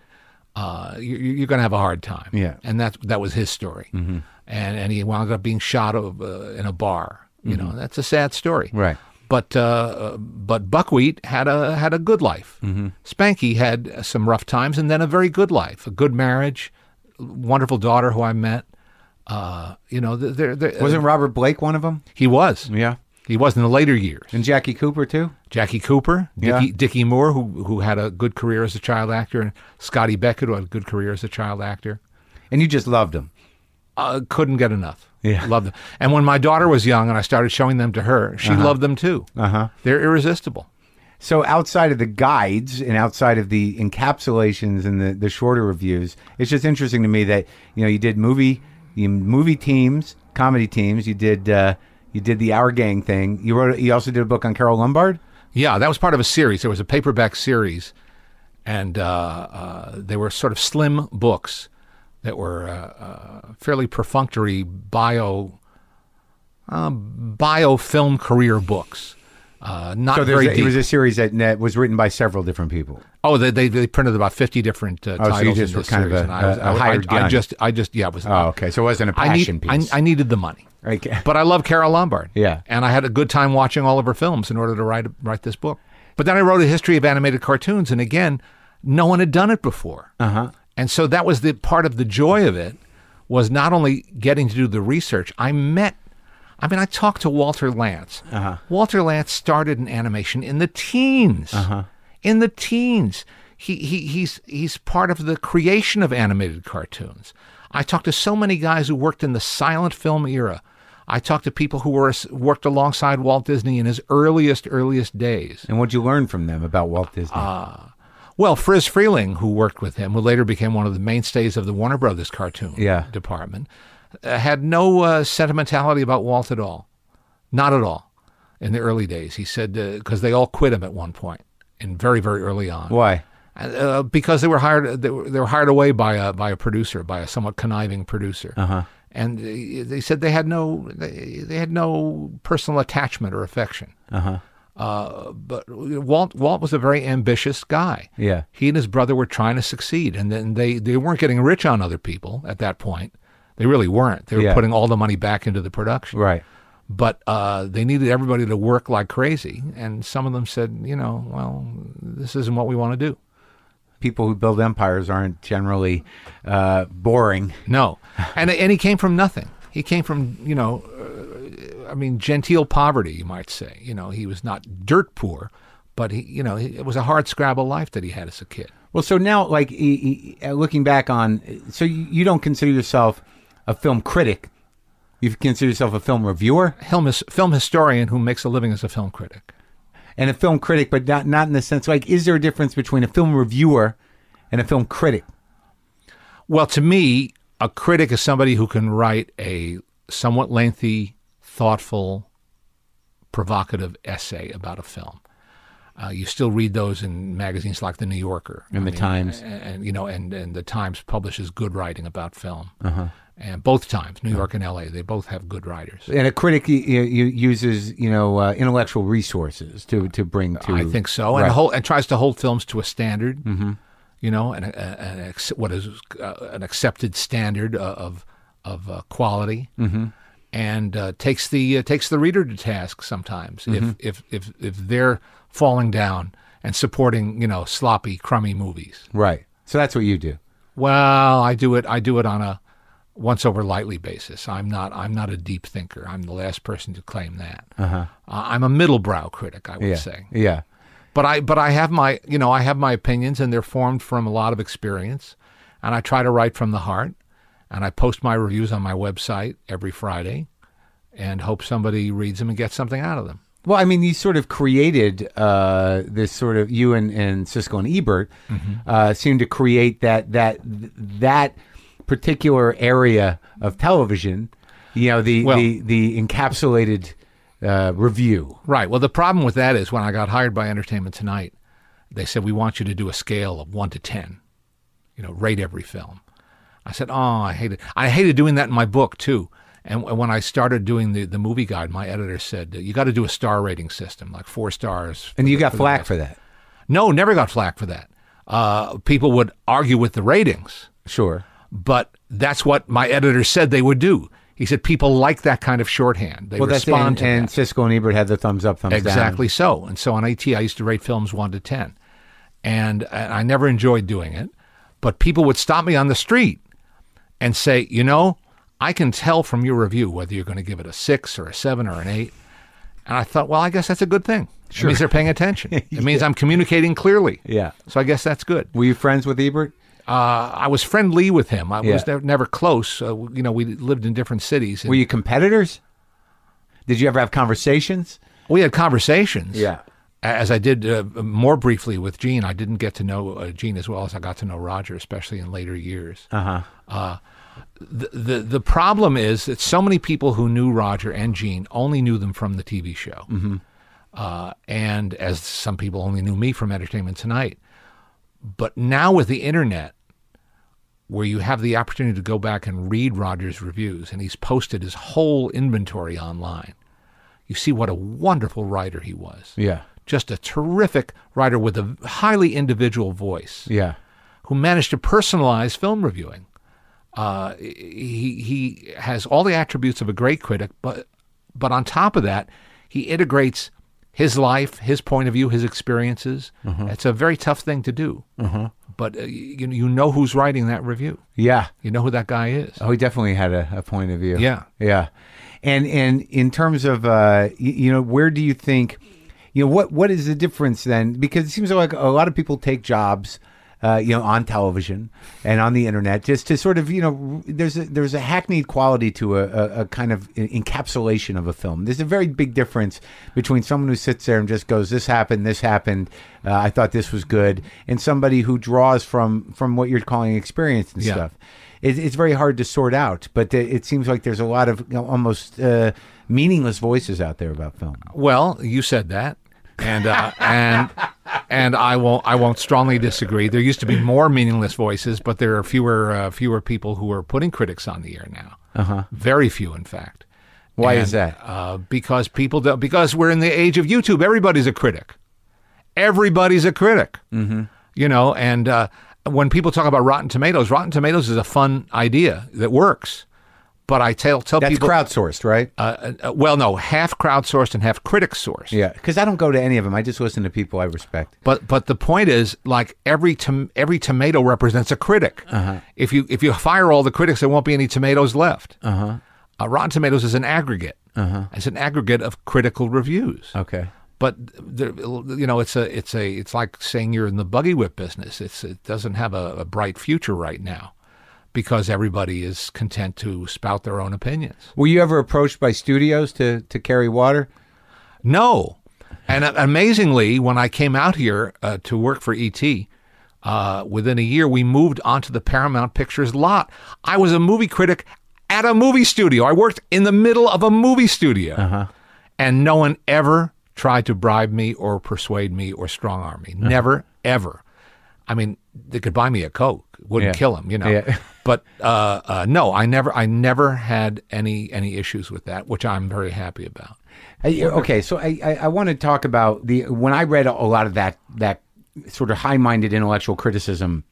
uh, you, you- you're going to have a hard time. Yeah. Mm-hmm. and that's that was his story, and and he wound up being shot of, uh, in a bar. You know, that's a sad story. Mm-hmm. Right. But uh, but buckwheat had a had a good life. Mm-hmm. Spanky had some rough times and then a very good life, a good marriage, wonderful daughter who I met. Uh, you know, th there there- Wasn't Robert Blake one of them? he was Yeah, he was in the later years. and Jackie Cooper too. Jackie Cooper, Yeah. Dickie, Dickie Moore, who who had a good career as a child actor, and Scotty Beckett, who had a good career as a child actor. And you just loved him. uh, couldn't get enough. Yeah. Loved them. And when my daughter was young and I started showing them to her, she loved them too. Uh-huh. They're irresistible. So outside of the guides and outside of the encapsulations and the, the shorter reviews, it's just interesting to me that you know you did movie you movie teams, comedy teams. You did uh, you did the Our Gang thing. You wrote you also did a book on Carol Lombard. Yeah, that was part of a series. There was a paperback series, and uh, uh, they were sort of slim books that were uh, uh, fairly perfunctory bio uh, biofilm career books. Uh, not So very Oh, there's a, it deep. was a series that, that was written by several different people. Oh, they, they they printed about fifty different uh, Oh, you titles in just were this kind of series, a- and I was- a- a I was- I- hired I gun. just I just yeah, it was Oh, okay. So it wasn't a I passion need- I- piece. I needed the money. Okay. But I love Carol Lombard. Yeah. And I had a good time watching all of her films in order to write write this book. But then I wrote a history of animated cartoons, and again, no one had done it before. Uh-huh. And so that was the part of the joy of it was not only getting to do the research. I met, I mean, I talked to Walter Lantz. Uh-huh. Walter Lantz started in animation in the teens. Uh-huh. In the teens, he, he he's he's part of the creation of animated cartoons. I talked to so many guys who worked in the silent film era. I talked to people who were worked alongside Walt Disney in his earliest, earliest days. and what'd you learn from them about Walt Disney? Well, Friz Freeling, who worked with him, who later became one of the mainstays of the Warner Brothers cartoon Yeah. department, uh, had no uh, sentimentality about Walt at all. Not at all. In the early days, he said, because they all quit him at one point, and very, very early on. Why? Uh, because they were hired, they were, they were hired away by a by a producer, by a somewhat conniving producer, Uh-huh. and they, they said they had no they, they had no personal attachment or affection. Uh-huh. but Walt Walt was a very ambitious guy. Yeah. he and his brother were trying to succeed, and then they they weren't getting rich on other people at that point. They really weren't. They were Yeah. putting all the money back into the production Right. but uh, they needed everybody to work like crazy. And some of them said, you know, well, this isn't what we want to do. People who build empires aren't generally uh, boring. No, and and he came from nothing. He came from you know, uh, I mean, genteel poverty, you might say. You know, he was not dirt poor, but he, you know, it was a hard scrabble life that he had as a kid. Well, so now, like e- e- uh, looking back on, so you, you don't consider yourself a film critic. You consider yourself a film reviewer Film, his, film historian who makes a living as a film critic. and a film critic, but not not in the sense like is there a difference between a film reviewer and a film critic? Well, to me, a critic is somebody who can write a somewhat lengthy, thoughtful, provocative essay about a film. Uh, you still read those in magazines like the New Yorker And The Times. and, and, you know, and and the Times publishes good writing about film. And both times, New York and L.A., they both have good writers. And a critic y- y- you uses you know uh, intellectual resources to to bring to. I think so, and Right. hold, and tries to hold films to a standard, you know, and a- a- an ex- what is uh, an accepted standard uh, of of uh, quality, and uh, takes the uh, takes the reader to task sometimes if, if if if they're falling down and supporting you know sloppy, crummy movies. right. So that's what you do. Well, I do it. I do it on a once over lightly basis. I'm not I'm not a deep thinker. I'm the last person to claim that. Uh, I'm a middle brow critic, I would Yeah. say. Yeah. But I but I have my you know I have my opinions and they're formed from a lot of experience, and I try to write from the heart, and I post my reviews on my website every Friday, and hope somebody reads them and gets something out of them. Well, I mean, you sort of created uh, this sort of you and, and Siskel and Ebert uh, seemed to create that that that particular area of television. You know, the Well- the, the encapsulated uh, review. Right. Well, the problem with that is when I got hired by Entertainment Tonight, they said, We want you to do a scale of one to 10, you know, rate every film. I said, Oh, I hated I hated doing that in my book, too. And w- when I started doing the, the movie guide, my editor said, You got to do a star rating system, like four stars. And you got flack for that, No, never got flack for that. Uh, people would argue with the ratings sure. but that's what my editor said they would do. He said people like that kind of shorthand. They Well, that's respond and, to and that. Siskel and Ebert had the thumbs up, thumbs down. Exactly so. And so on AT, I used to rate films one to ten, and, and I never enjoyed doing it. But people would stop me on the street and say, you know, I can tell from your review whether you're going to give it a six or a seven or an eight. And I thought, well, I guess that's a good thing. It means they're paying attention. It means I'm communicating clearly. Yeah. So I guess that's good. Were you friends with Ebert? Uh, I was friendly with him. I Yeah. was never, never close. Uh, you know, we lived in different cities. and Were you competitors? Did you ever have conversations? we had conversations. Yeah. As I did uh, more briefly with Gene, I didn't get to know uh, Gene as well as I got to know Roger, especially in later years. Uh-huh. The, the the problem is that so many people who knew Roger and Gene only knew them from the TV show, mm-hmm. uh, and as some people only knew me from Entertainment Tonight. But now with the internet, where you have the opportunity to go back and read Roger's reviews, and he's posted his whole inventory online, you see what a wonderful writer he was. Yeah. Just a terrific writer with a highly individual voice Yeah. who managed to personalize film reviewing. Uh, he he has all the attributes of a great critic, but but on top of that, he integrates his life, his point of view, his experiences. It's a very tough thing to do, but uh, you you know who's writing that review. Yeah. You know who that guy is. Oh, he definitely had a, a point of view. Yeah. yeah. And and in terms of uh, y- you know, where do you think, you know, what what is the difference then? Because it seems like a lot of people take jobs. Uh, you know, on television and on the internet, just to sort of, you know, r- there's a, there's a hackneyed quality to a, a, a kind of en- encapsulation of a film. There's a very big difference between someone who sits there and just goes, "This happened, this happened, uh, I thought this was good," and somebody who draws from from what you're calling experience and Yeah. stuff it, it's very hard to sort out. But it, it seems like there's a lot of you know, almost uh, meaningless voices out there about film. Well, you said that, and uh, and and I won't I won't strongly disagree. There used to be more meaningless voices, but there are fewer uh, fewer people who are putting critics on the air now. Uh-huh. Very few, in fact. Why is that? Uh, because people don't. Because we're in the age of YouTube. Everybody's a critic. Everybody's a critic. Mm-hmm. You know, and uh, when people talk about Rotten Tomatoes, Rotten Tomatoes is a fun idea that works. But I tell tell That's people, crowdsourced, right? uh, uh, well, no, half crowdsourced and half critic sourced. yeah, because I don't go to any of them. I just listen to people I respect. But but the point is, like every tom- every tomato represents a critic. If you if you fire all the critics, there won't be any tomatoes left. Uh-huh. Rotten Tomatoes is an aggregate. Uh-huh. It's an aggregate of critical reviews. Okay. But there, you know, it's a it's a it's like saying you're in the buggy whip business. It's it doesn't have a, a bright future right now, because everybody is content to spout their own opinions. Were you ever approached by studios to to carry water? No. And uh, amazingly, when I came out here uh, to work for ET, uh, within a year we moved onto the Paramount Pictures lot. I was a movie critic at a movie studio. I worked in the middle of a movie studio. Uh-huh. And no one ever tried to bribe me or persuade me or strong arm Uh-huh. me. Never, ever. I mean, they could buy me a Coke, wouldn't Yeah. kill him, you know. Yeah. but uh, uh, no, I never, I never had any any issues with that, which I'm very happy about. I, okay, so I, I, I want to talk about the when I read a, lot of that that sort of high minded intellectual criticism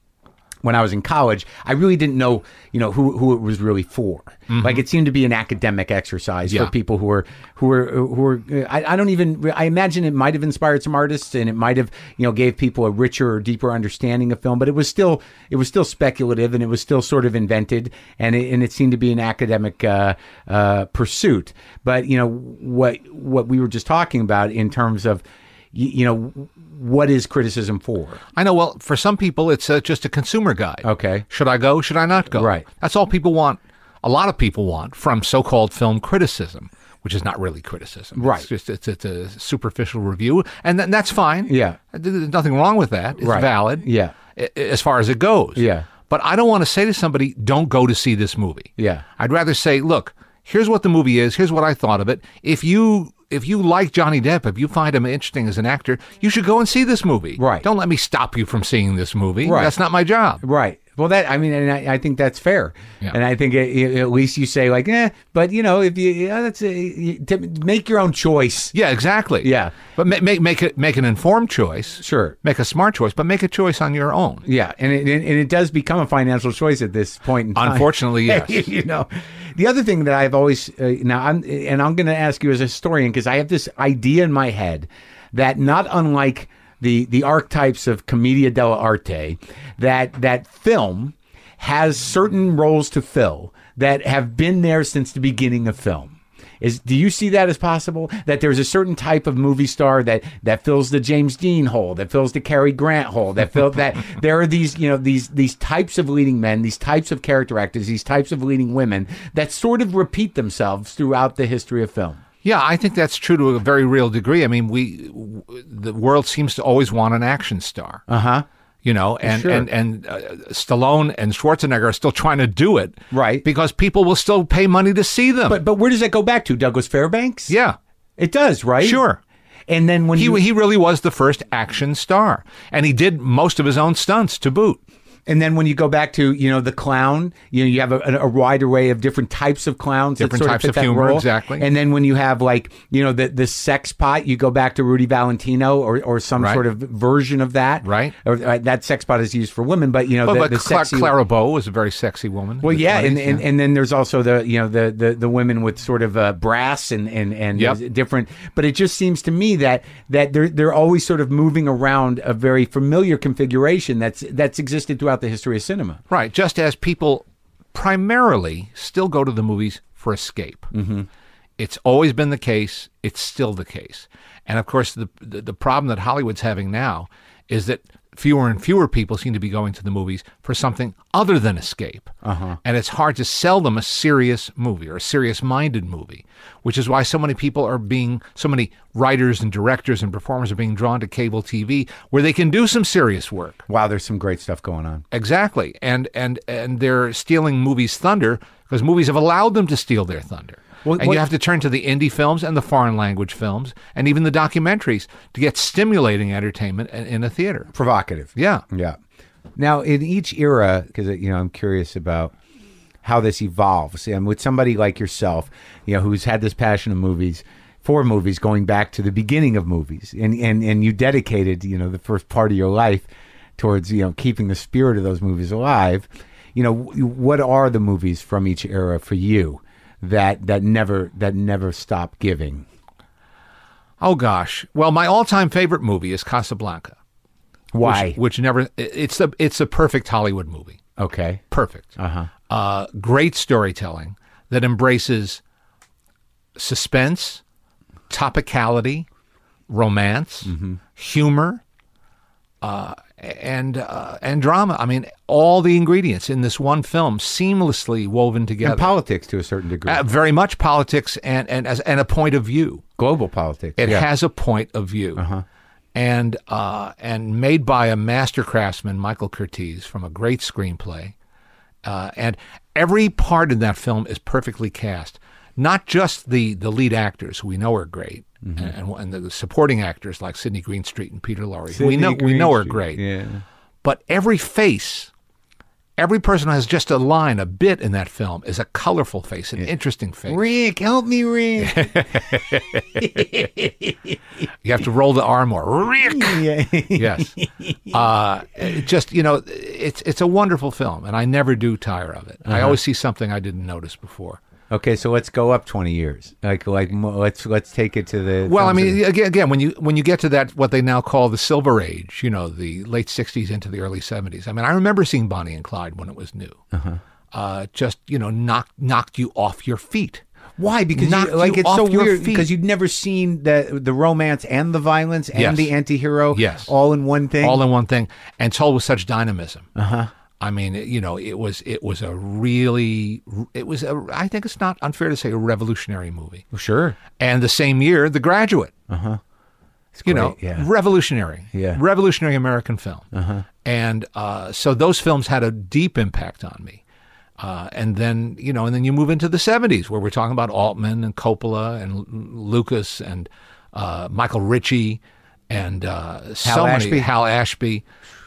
when I was in college, I really didn't know, you know, who, who it was really for. Like it seemed to be an academic exercise Yeah. for people who were who were who were. I, I don't even. I imagine it might have inspired some artists, and it might have you know gave people a richer or deeper understanding of film. But it was still it was still speculative, and it was still sort of invented, and it, and it seemed to be an academic uh, uh, pursuit. But you know what what we were just talking about in terms of. y- You know what is criticism for? I know. Well, for some people, it's uh, just a consumer guide. Okay. Should I go? Should I not go? Right. That's all people want. A lot of people want from so-called film criticism, which is not really criticism. Right. It's just it's, it's a superficial review, and th- that's fine. Yeah. Th- There's nothing wrong with that. It's Right. valid. Yeah. a- a- As far as it goes. Yeah. But I don't want to say to somebody, "Don't go to see this movie." Yeah. I'd rather say, look, here's what the movie is. Here's what I thought of it. If you if you like Johnny Depp, if you find him interesting as an actor, you should go and see this movie. Right. Don't let me stop you from seeing this movie. Right. That's not my job. Right. Well, that I mean, and I, I think that's fair. Yeah. And I think it, it- at least you say like, eh, but you know, if you yeah, that's a, you, to make your own choice. Yeah, exactly. Yeah. But ma- make make it make an informed choice. Sure. Make a smart choice, but make a choice on your own. Yeah, and it, and it does become a financial choice at this point in time. Unfortunately, yes. you know, the other thing that I've always uh, now I'm and I'm going to ask you as a historian because I have this idea in my head that not unlike the the archetypes of commedia dell'arte, that that film has certain roles to fill that have been there since the beginning of film. Is do you see that as possible? That there's a certain type of movie star that that fills the James Dean hole, that fills the Cary Grant hole, that fills that there are these you know these these types of leading men, these types of character actors, these types of leading women that sort of repeat themselves throughout the history of film. Yeah, I think that's true to a very real degree. I mean, we w- the world seems to always want an action star. Uh huh. You know, and Uh-huh. Sure. and and uh, Stallone and Schwarzenegger are still trying to do it, Right. Because people will still pay money to see them. But but where does that go back to? Douglas Fairbanks? yeah, it does, right? Sure. And then when he you, he really was the first action star, and he did most of his own stunts to boot. And then when you go back to you know the clown, you know you have a, a wide array of different types of clowns, that Different sort types fit of that humor, role. exactly. And then when you have like you know the the sex pot, you go back to Rudy Valentino or, or some Right. sort of version of that, Right. Or uh, that sex pot is used for women, but you know But, the, but the Cla- sexy. Clara Bow was a very sexy woman. in well, the yeah, and, 20s, and, and then there's also the you know the the, the women with sort of uh, brass and and and Yep. different. But it just seems to me that that they're they're always sort of moving around a very familiar configuration that's that's existed throughout the history of cinema. Right, just as people primarily still go to the movies for escape. Mm-hmm. It's always been the case. It's still the case. And of course, the, the the problem that Hollywood's having now is that fewer and fewer people seem to be going to the movies for something other than escape. Uh-huh. And it's hard to sell them a serious movie or a serious-minded movie, which is why so many people are being so many writers and directors and performers are being drawn to cable TV where they can do some serious work. Wow, there's some great stuff going on. Exactly, and and and they're stealing movies' thunder because movies have allowed them to steal their thunder. Well, and what- you have to turn to the indie films and the foreign language films and even the documentaries to get stimulating entertainment in, in a theater. Provocative. Yeah, Yeah. Now, in each era, because you know, I'm curious about how this evolves, and with somebody like yourself, you know, who's had this passion of movies for movies, going back to the beginning of movies, and and and you dedicated, you know, the first part of your life towards you know keeping the spirit of those movies alive. You know, w- what are the movies from each era for you that that never that never stop giving? Oh gosh. Well, my all-time favorite movie is Casablanca, Why? which, which never. i- It's the it's a perfect Hollywood movie. okay. Perfect. Uh-huh. Great storytelling that embraces suspense, topicality, romance, humor, uh, and uh, and drama. I mean, all the ingredients in this one film seamlessly woven together. And politics to a certain degree. Uh, very much politics and and as and a point of view. Global politics. It yeah. Uh-huh. has a point of view. And uh, and made by a master craftsman, Michael Curtiz, from a great screenplay. Uh, and every part in that film is perfectly cast. Not just the the lead actors who we know are great, Mm-hmm. and, and the, the supporting actors like Sidney Greenstreet and Peter Lorre, who we know we know are great. But every face Every person who has just a line, a bit in that film is a colorful face, an interesting face. Rick, help me, Rick. You have to roll the R more. Rick. yeah. yes. Uh, it just you know, it's it's a wonderful film, and I never do tire of it. I always see something I didn't notice before. Okay, so let's go up 20 years. Like like mo- let's let's take it to the Well, I films that- mean, again, again, when you when you get to that what they now call the Silver Age, you know, the late '60s into the early '70s. I mean, I remember seeing Bonnie and Clyde when it was new. Uh-huh. just you know, knocked knocked you off your feet. Why? Because you, knocked like you it's off so your weird feet. because you've never seen the the romance and the violence and Yes. the antihero Yes. all in one thing. all in one thing, and told with such dynamism. Uh-huh. I mean, it- you know, it was it was a really it was a I think it's not unfair to say a revolutionary movie. sure. And the same year, The Graduate. you know, great, yeah. revolutionary, Yeah. Uh-huh. revolutionary American film. And uh, so those films had a deep impact on me. Uh, and then you know, and then you move into the '70s, where we're talking about Altman and Coppola and L- Lucas and uh, Michael Ritchie and uh, so many- Ashby. Hal Ashby,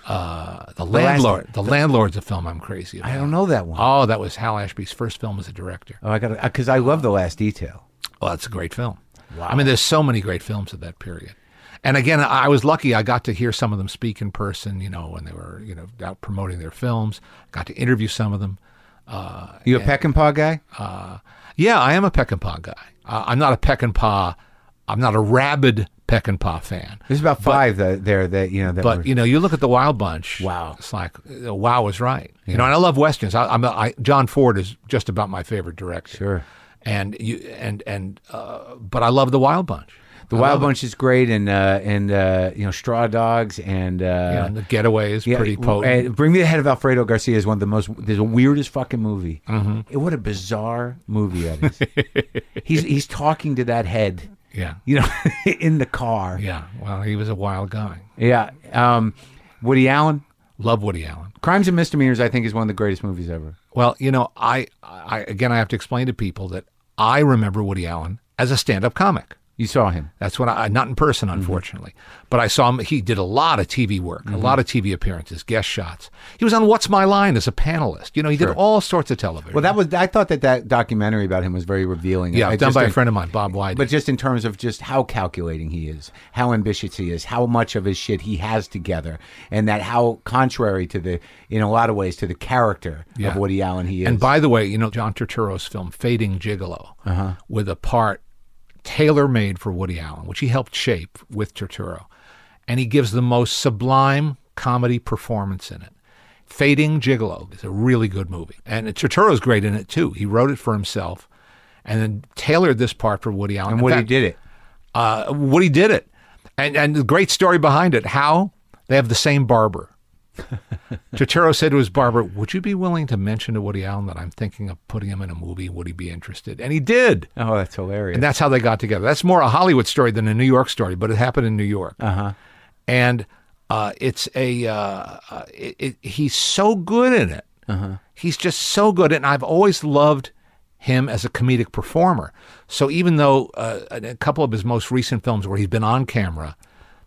uh, the, landlord. the, landlord's a film I'm crazy about. I don't know that one. Oh, that was Hal Ashby's first film as a director. Oh, I got because I love the last detail. Well, that's a great film. I mean, there's so many great films of that period. And again, I was lucky. I got to hear some of them speak in person. You know, when they were you know out promoting their films, got to interview some of them. Uh, You a peck and paw guy? uh, yeah, I am a Peckinpah guy. Uh, I'm not a Peckinpah. I'm not a rabid Peckinpah fan. There's about five that, there that you know that. But were- you know, you look at the Wild Bunch. Wow. it's like uh, wow is right. You know, and I love westerns. I, I'm a, I, John Ford is just about my favorite director. Sure. And you and and uh, but I love the Wild Bunch. the Wild Bunch is great, and uh, and uh, you know Straw Dogs and uh, Yeah, and the getaway is pretty potent. and Bring Me the Head of Alfredo Garcia is one of the most the weirdest fucking movie. Mm-hmm. What a bizarre movie that is. he's he's talking to that head, yeah, you know, in the car. yeah. Well, he was a wild guy. Yeah. Um, Woody Allen. Love Woody Allen. Crimes and Misdemeanors, I think, is one of the greatest movies ever. Well, you know, I, I again, I have to explain to people that I remember Woody Allen as a stand-up comic. You saw him. That's when I not in person, Mm-hmm. unfortunately, but I saw him. He did a lot of TV work, a lot of TV appearances, guest shots. He was on What's My Line as a panelist. You know, he did all sorts of television. Well, that was. I thought that that documentary about him was very revealing. yeah, I done just by a think- friend of mine, Bob White. But just in terms of just how calculating he is, how ambitious he is, how much of his shit he has together, and that how contrary to the, in a lot of ways, to the character of Yeah. Woody Allen he is. And by the way, you know John Turturro's film Fading Gigolo Uh-huh. with a part tailor made for Woody Allen, which he helped shape with Turturro, and he gives the most sublime comedy performance in it. Fading Gigolo is a really good movie, and Turturro's great in it too. He wrote it for himself, and then tailored this part for Woody Allen. and In Woody fact, did it. uh, Woody did it, and and the great story behind it. How they have the same barber. Turturro said to his barber, "Would you be willing to mention to Woody Allen that I'm thinking of putting him in a movie? Would he be interested?" And he did. Oh, that's hilarious. And that's how they got together. That's more a Hollywood story than a New York story, but it happened in New York. Uh-huh. And uh, it's a uh, uh, it, it, he's so good in it. Uh-huh. He's just so good, and I've always loved him as a comedic performer. So even though uh, a a couple of his most recent films where he's been on camera,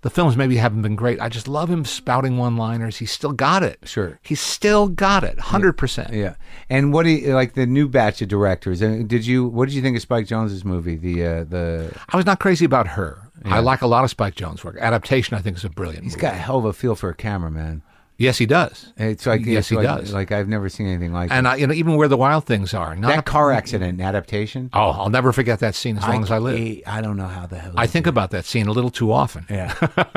the films maybe haven't been great. I just love him spouting one-liners. He's still got it. Sure. he's still got it. Hundred percent. yeah. And what do you, like the new batch of directors? And did you what did you think of Spike Jones's movie? The uh, the I was not crazy about her. I like a lot of Spike Jones' work. Adaptation, I think, is a brilliant. he's got a hell of a feel for a camera, man. Yes, he does. It's like Yes, it's he like, does. Like I've never seen anything like And I, you know, even where the wild things are. Not that. a- That car accident adaptation. oh, I'll never forget that scene as long as I live. I don't know how the hell. I think about that scene a little too often. Yeah,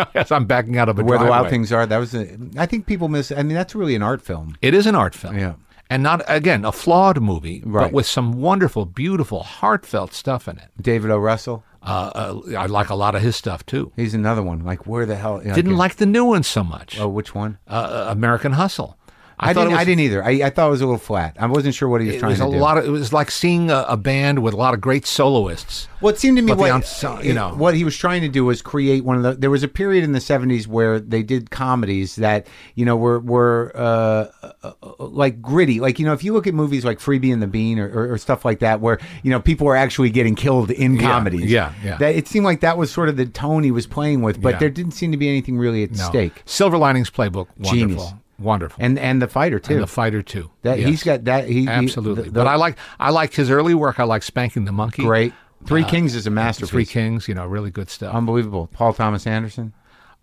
as I'm backing out of a Where the driveway. Wild Things Are. That was, a, I think people miss. I mean, that's really an art film. It is an art film. Yeah. and not again a flawed movie, Right. but with some wonderful, beautiful, heartfelt stuff in it. David O. Russell, Uh, uh, I like a lot of his stuff too. he's another one. Like, where the hell? Didn't like the new one so much. Oh, which one? Uh, American Hustle. I, thought didn't. it was I didn't either. I, I thought it was a little flat. I wasn't sure what he was It trying was to a do. lot of. It was like seeing a, a band with a lot of great soloists. Well, it seemed to me But the what ense- you know. what he was trying to do was create one of the. There was a period in the '70s where they did comedies that you know were were uh, uh, uh, like gritty. Like you know, if you look at movies like Freebie and the Bean or, or, or stuff like that, where you know people were actually getting killed in comedies. yeah, yeah. That it seemed like that was sort of the tone he was playing with, but Yeah. there didn't seem to be anything really at No. stake. Silver Linings Playbook, wonderful, Genius. wonderful, And and the fighter too. and The Fighter too. that Yes. he's got that. He, he- absolutely. the- but the- I like I like his early work. I like Spanking the Monkey, Uh, great. Three Kings is a masterpiece. Um, Three Kings, you know, really good stuff. Unbelievable. Paul Thomas Anderson.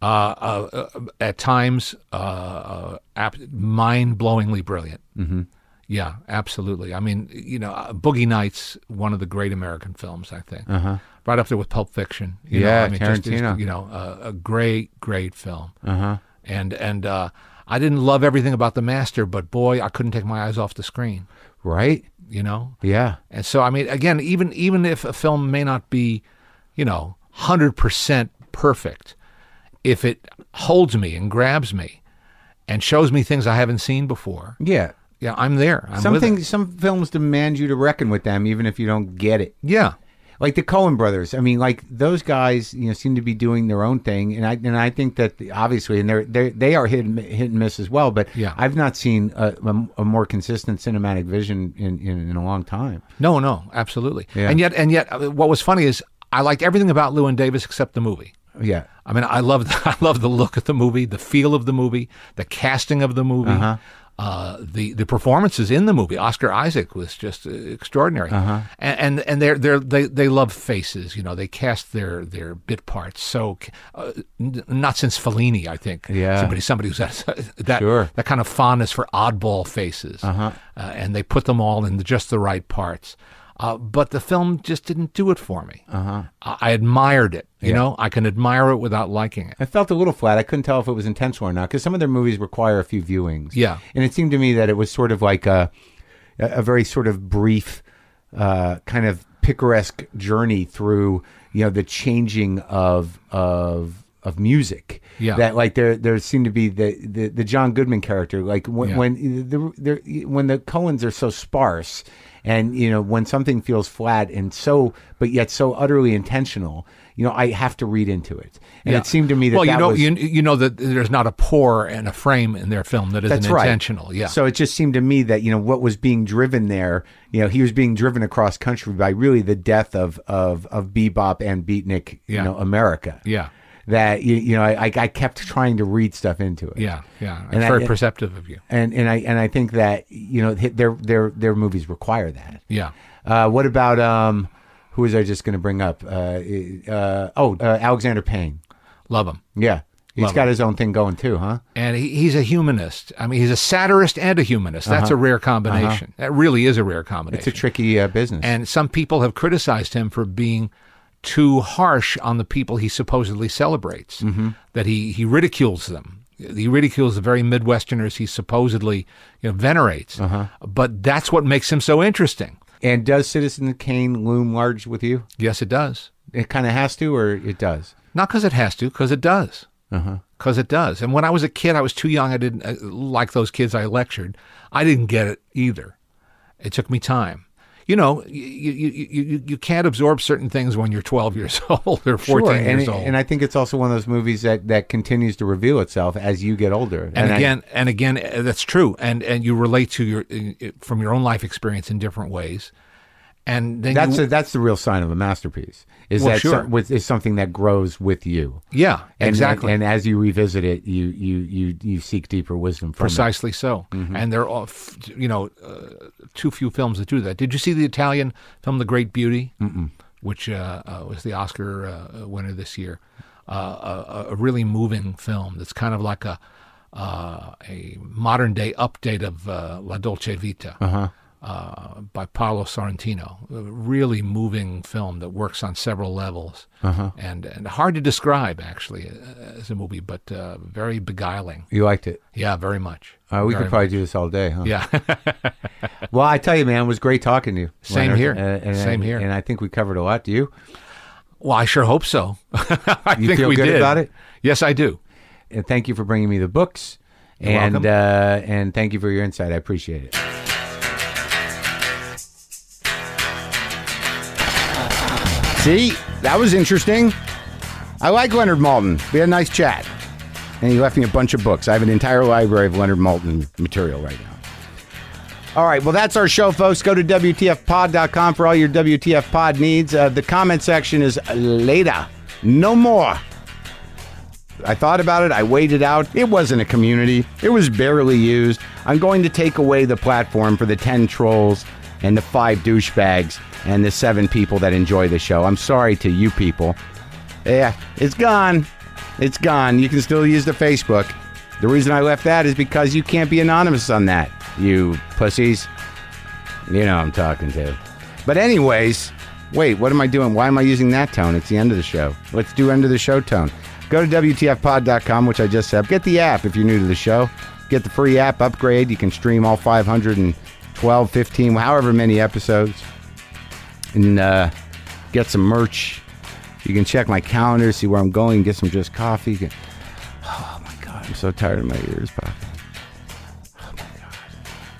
uh, uh, uh, at times uh, ap- mind-blowingly brilliant. Mm-hmm. Yeah, absolutely. I mean, you know, uh, Boogie Nights, one of the great American films, I think, uh-huh. right up there with Pulp Fiction. you know, Yeah, I mean, just- just, Tarantino. you know, uh, a great, great film. Uh-huh. And and uh, I didn't love everything about The Master, but boy, I couldn't take my eyes off the screen. Right? You know, Yeah. and so, I mean, again, even even if a film may not be, you know, hundred percent perfect, if it holds me and grabs me, and shows me things I haven't seen before, Yeah. yeah, I'm there. I'm with it. Something some films demand you to reckon with them even if you don't get it. yeah, Like the Cohen brothers. I mean, like those guys, you know, seem to be doing their own thing and I and I think that the- obviously and they're they they are hit and, hit and miss as well, but Yeah. I've not seen a, a, a more consistent cinematic vision in, in in a long time. no, no, absolutely. Yeah. And yet, and yet, uh, what was funny is I liked everything about Lewin Davis except the movie. Yeah. I mean, I love I love the look of the movie, the feel of the movie, the casting of the movie, uh the the performances in the movie. Oscar Isaac was just uh, extraordinary, and and, and they're, they're, they they love faces. You know, they cast their their bit parts. So uh, n- not since Fellini, I think. Yeah. somebody somebody who's that that, Sure. Uh-huh. that kind of fondness for oddball faces, uh and they put them all in just the right parts. Uh, but the film just didn't do it for me. Uh-huh. I, I admired it. You know, I can admire it without liking it. I felt a little flat. I couldn't tell if it was intentional or not because some of their movies require a few viewings. Yeah. and it seemed to me that it was sort of like a a very sort of brief, uh, kind of picaresque journey through you know the changing of of of music. Yeah. that like there there seemed to be the the, the John Goodman character like when Yeah. when the, the when the Cohens are so sparse. And you know when something feels flat and so, but yet so utterly intentional, you know I have to read into it, and Yeah. it seemed to me that well, you that know, was- you, you know that there's not a pour and a frame in their film that isn't that's right. intentional. Yeah. So it just seemed to me that you know what was being driven there. You know, he was being driven across country by really the death of of of bebop and beatnik, you Yeah. know, America. yeah. That you, you know, I I- I kept trying to read stuff into it. Yeah. Yeah. And It's I- very it- perceptive of you. And and I and I think that you know hi- their their their movies require that. Yeah. Uh, what about um, who was I just going to bring up? Uh, uh, oh, uh, Alexander Payne. Love him. Yeah, he's Love got his own thing going too, huh? And he, he's a humanist. I mean, he's a satirist and a humanist. Uh-huh. That's a rare combination. That really is a rare combination. It's a tricky uh, business. and some people have criticized him for being too harsh on the people he supposedly celebrates. That he he ridicules them. He ridicules the very Midwesterners he supposedly you know, venerates. But that's what makes him so interesting. And does Citizen Kane loom large with you? Yes, it does. It kind of has to, or it does. Not because it has to, because it does. Uh-huh. Because it does. And when I was a kid, I was too young. I didn't uh, like those kids I lectured. I didn't get it either. It took me time. You know, you you, you, you, you can't absorb certain things when you're 12 years old or 14 and, years it- old. and I think it's also one of those movies that, that continues to reveal itself as you get older. and, I- again and again uh, that's true and and you relate to your uh, from your own life experience in different ways and then that's you, a, that's the real sign of a masterpiece. Is Well, that sure. some- with, is something that grows with you? yeah And, exactly And, as you revisit it, you you you you seek deeper wisdom from it. precisely so Mm-hmm. and there are f- you know uh, too few films that do that did you see the italian film the great beauty which uh, uh, was the oscar uh, winner this year uh, a, a really moving film that's kind of like a uh, a modern day update of uh, La Dolce Vita uh, by Paolo Sorrentino. A really moving film that works on several levels and, and hard to describe, actually, uh, as a movie, but uh, very beguiling. You liked it. Yeah, very much. Uh, we Very could probably do this all day, huh? much. Yeah. Well, I tell you, man, it was great talking to you. Same Leonard. here. and, Same here. And I think we covered a lot. Do you? well, I sure hope so. I You think feel we good did. about it? Yes, I do. And thank you for bringing me the books. and uh, and thank you for your insight. I appreciate it. See, that was interesting. I like Leonard Maltin. We had a nice chat. And he left me a bunch of books. I have an entire library of Leonard Maltin material right now. All right, well, that's our show, folks. Go to WTFpod.com for all your WTF pod needs. Uh, the comment section is later. No more. I thought about it. I waited out. It wasn't a community. It was barely used. I'm going to take away the platform for the 10 trolls and the 5 douchebags and the 7 people that enjoy the show. I'm sorry to you people. Yeah, it's gone. It's gone. You can still use the Facebook. The reason I left that is because you can't be anonymous on that, you pussies. You know who I'm talking to. But anyways, wait, what am I doing? Why am I using that tone? It's the end of the show. Let's do end of the show tone. Go to WTFpod.com, which I just said. Get the app if you're new to the show. Get the free app, upgrade. You can stream all 512, 15, however many episodes. And uh, get some merch. You can check my calendar, see where I'm going, get some just coffee. You can... Oh my God, I'm so tired of my ears popping. Oh my God.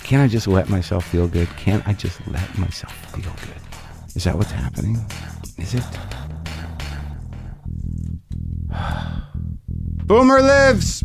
Can't I just let myself feel good? Can't I just let myself feel good? Is that what's happening? Is it? Boomer lives!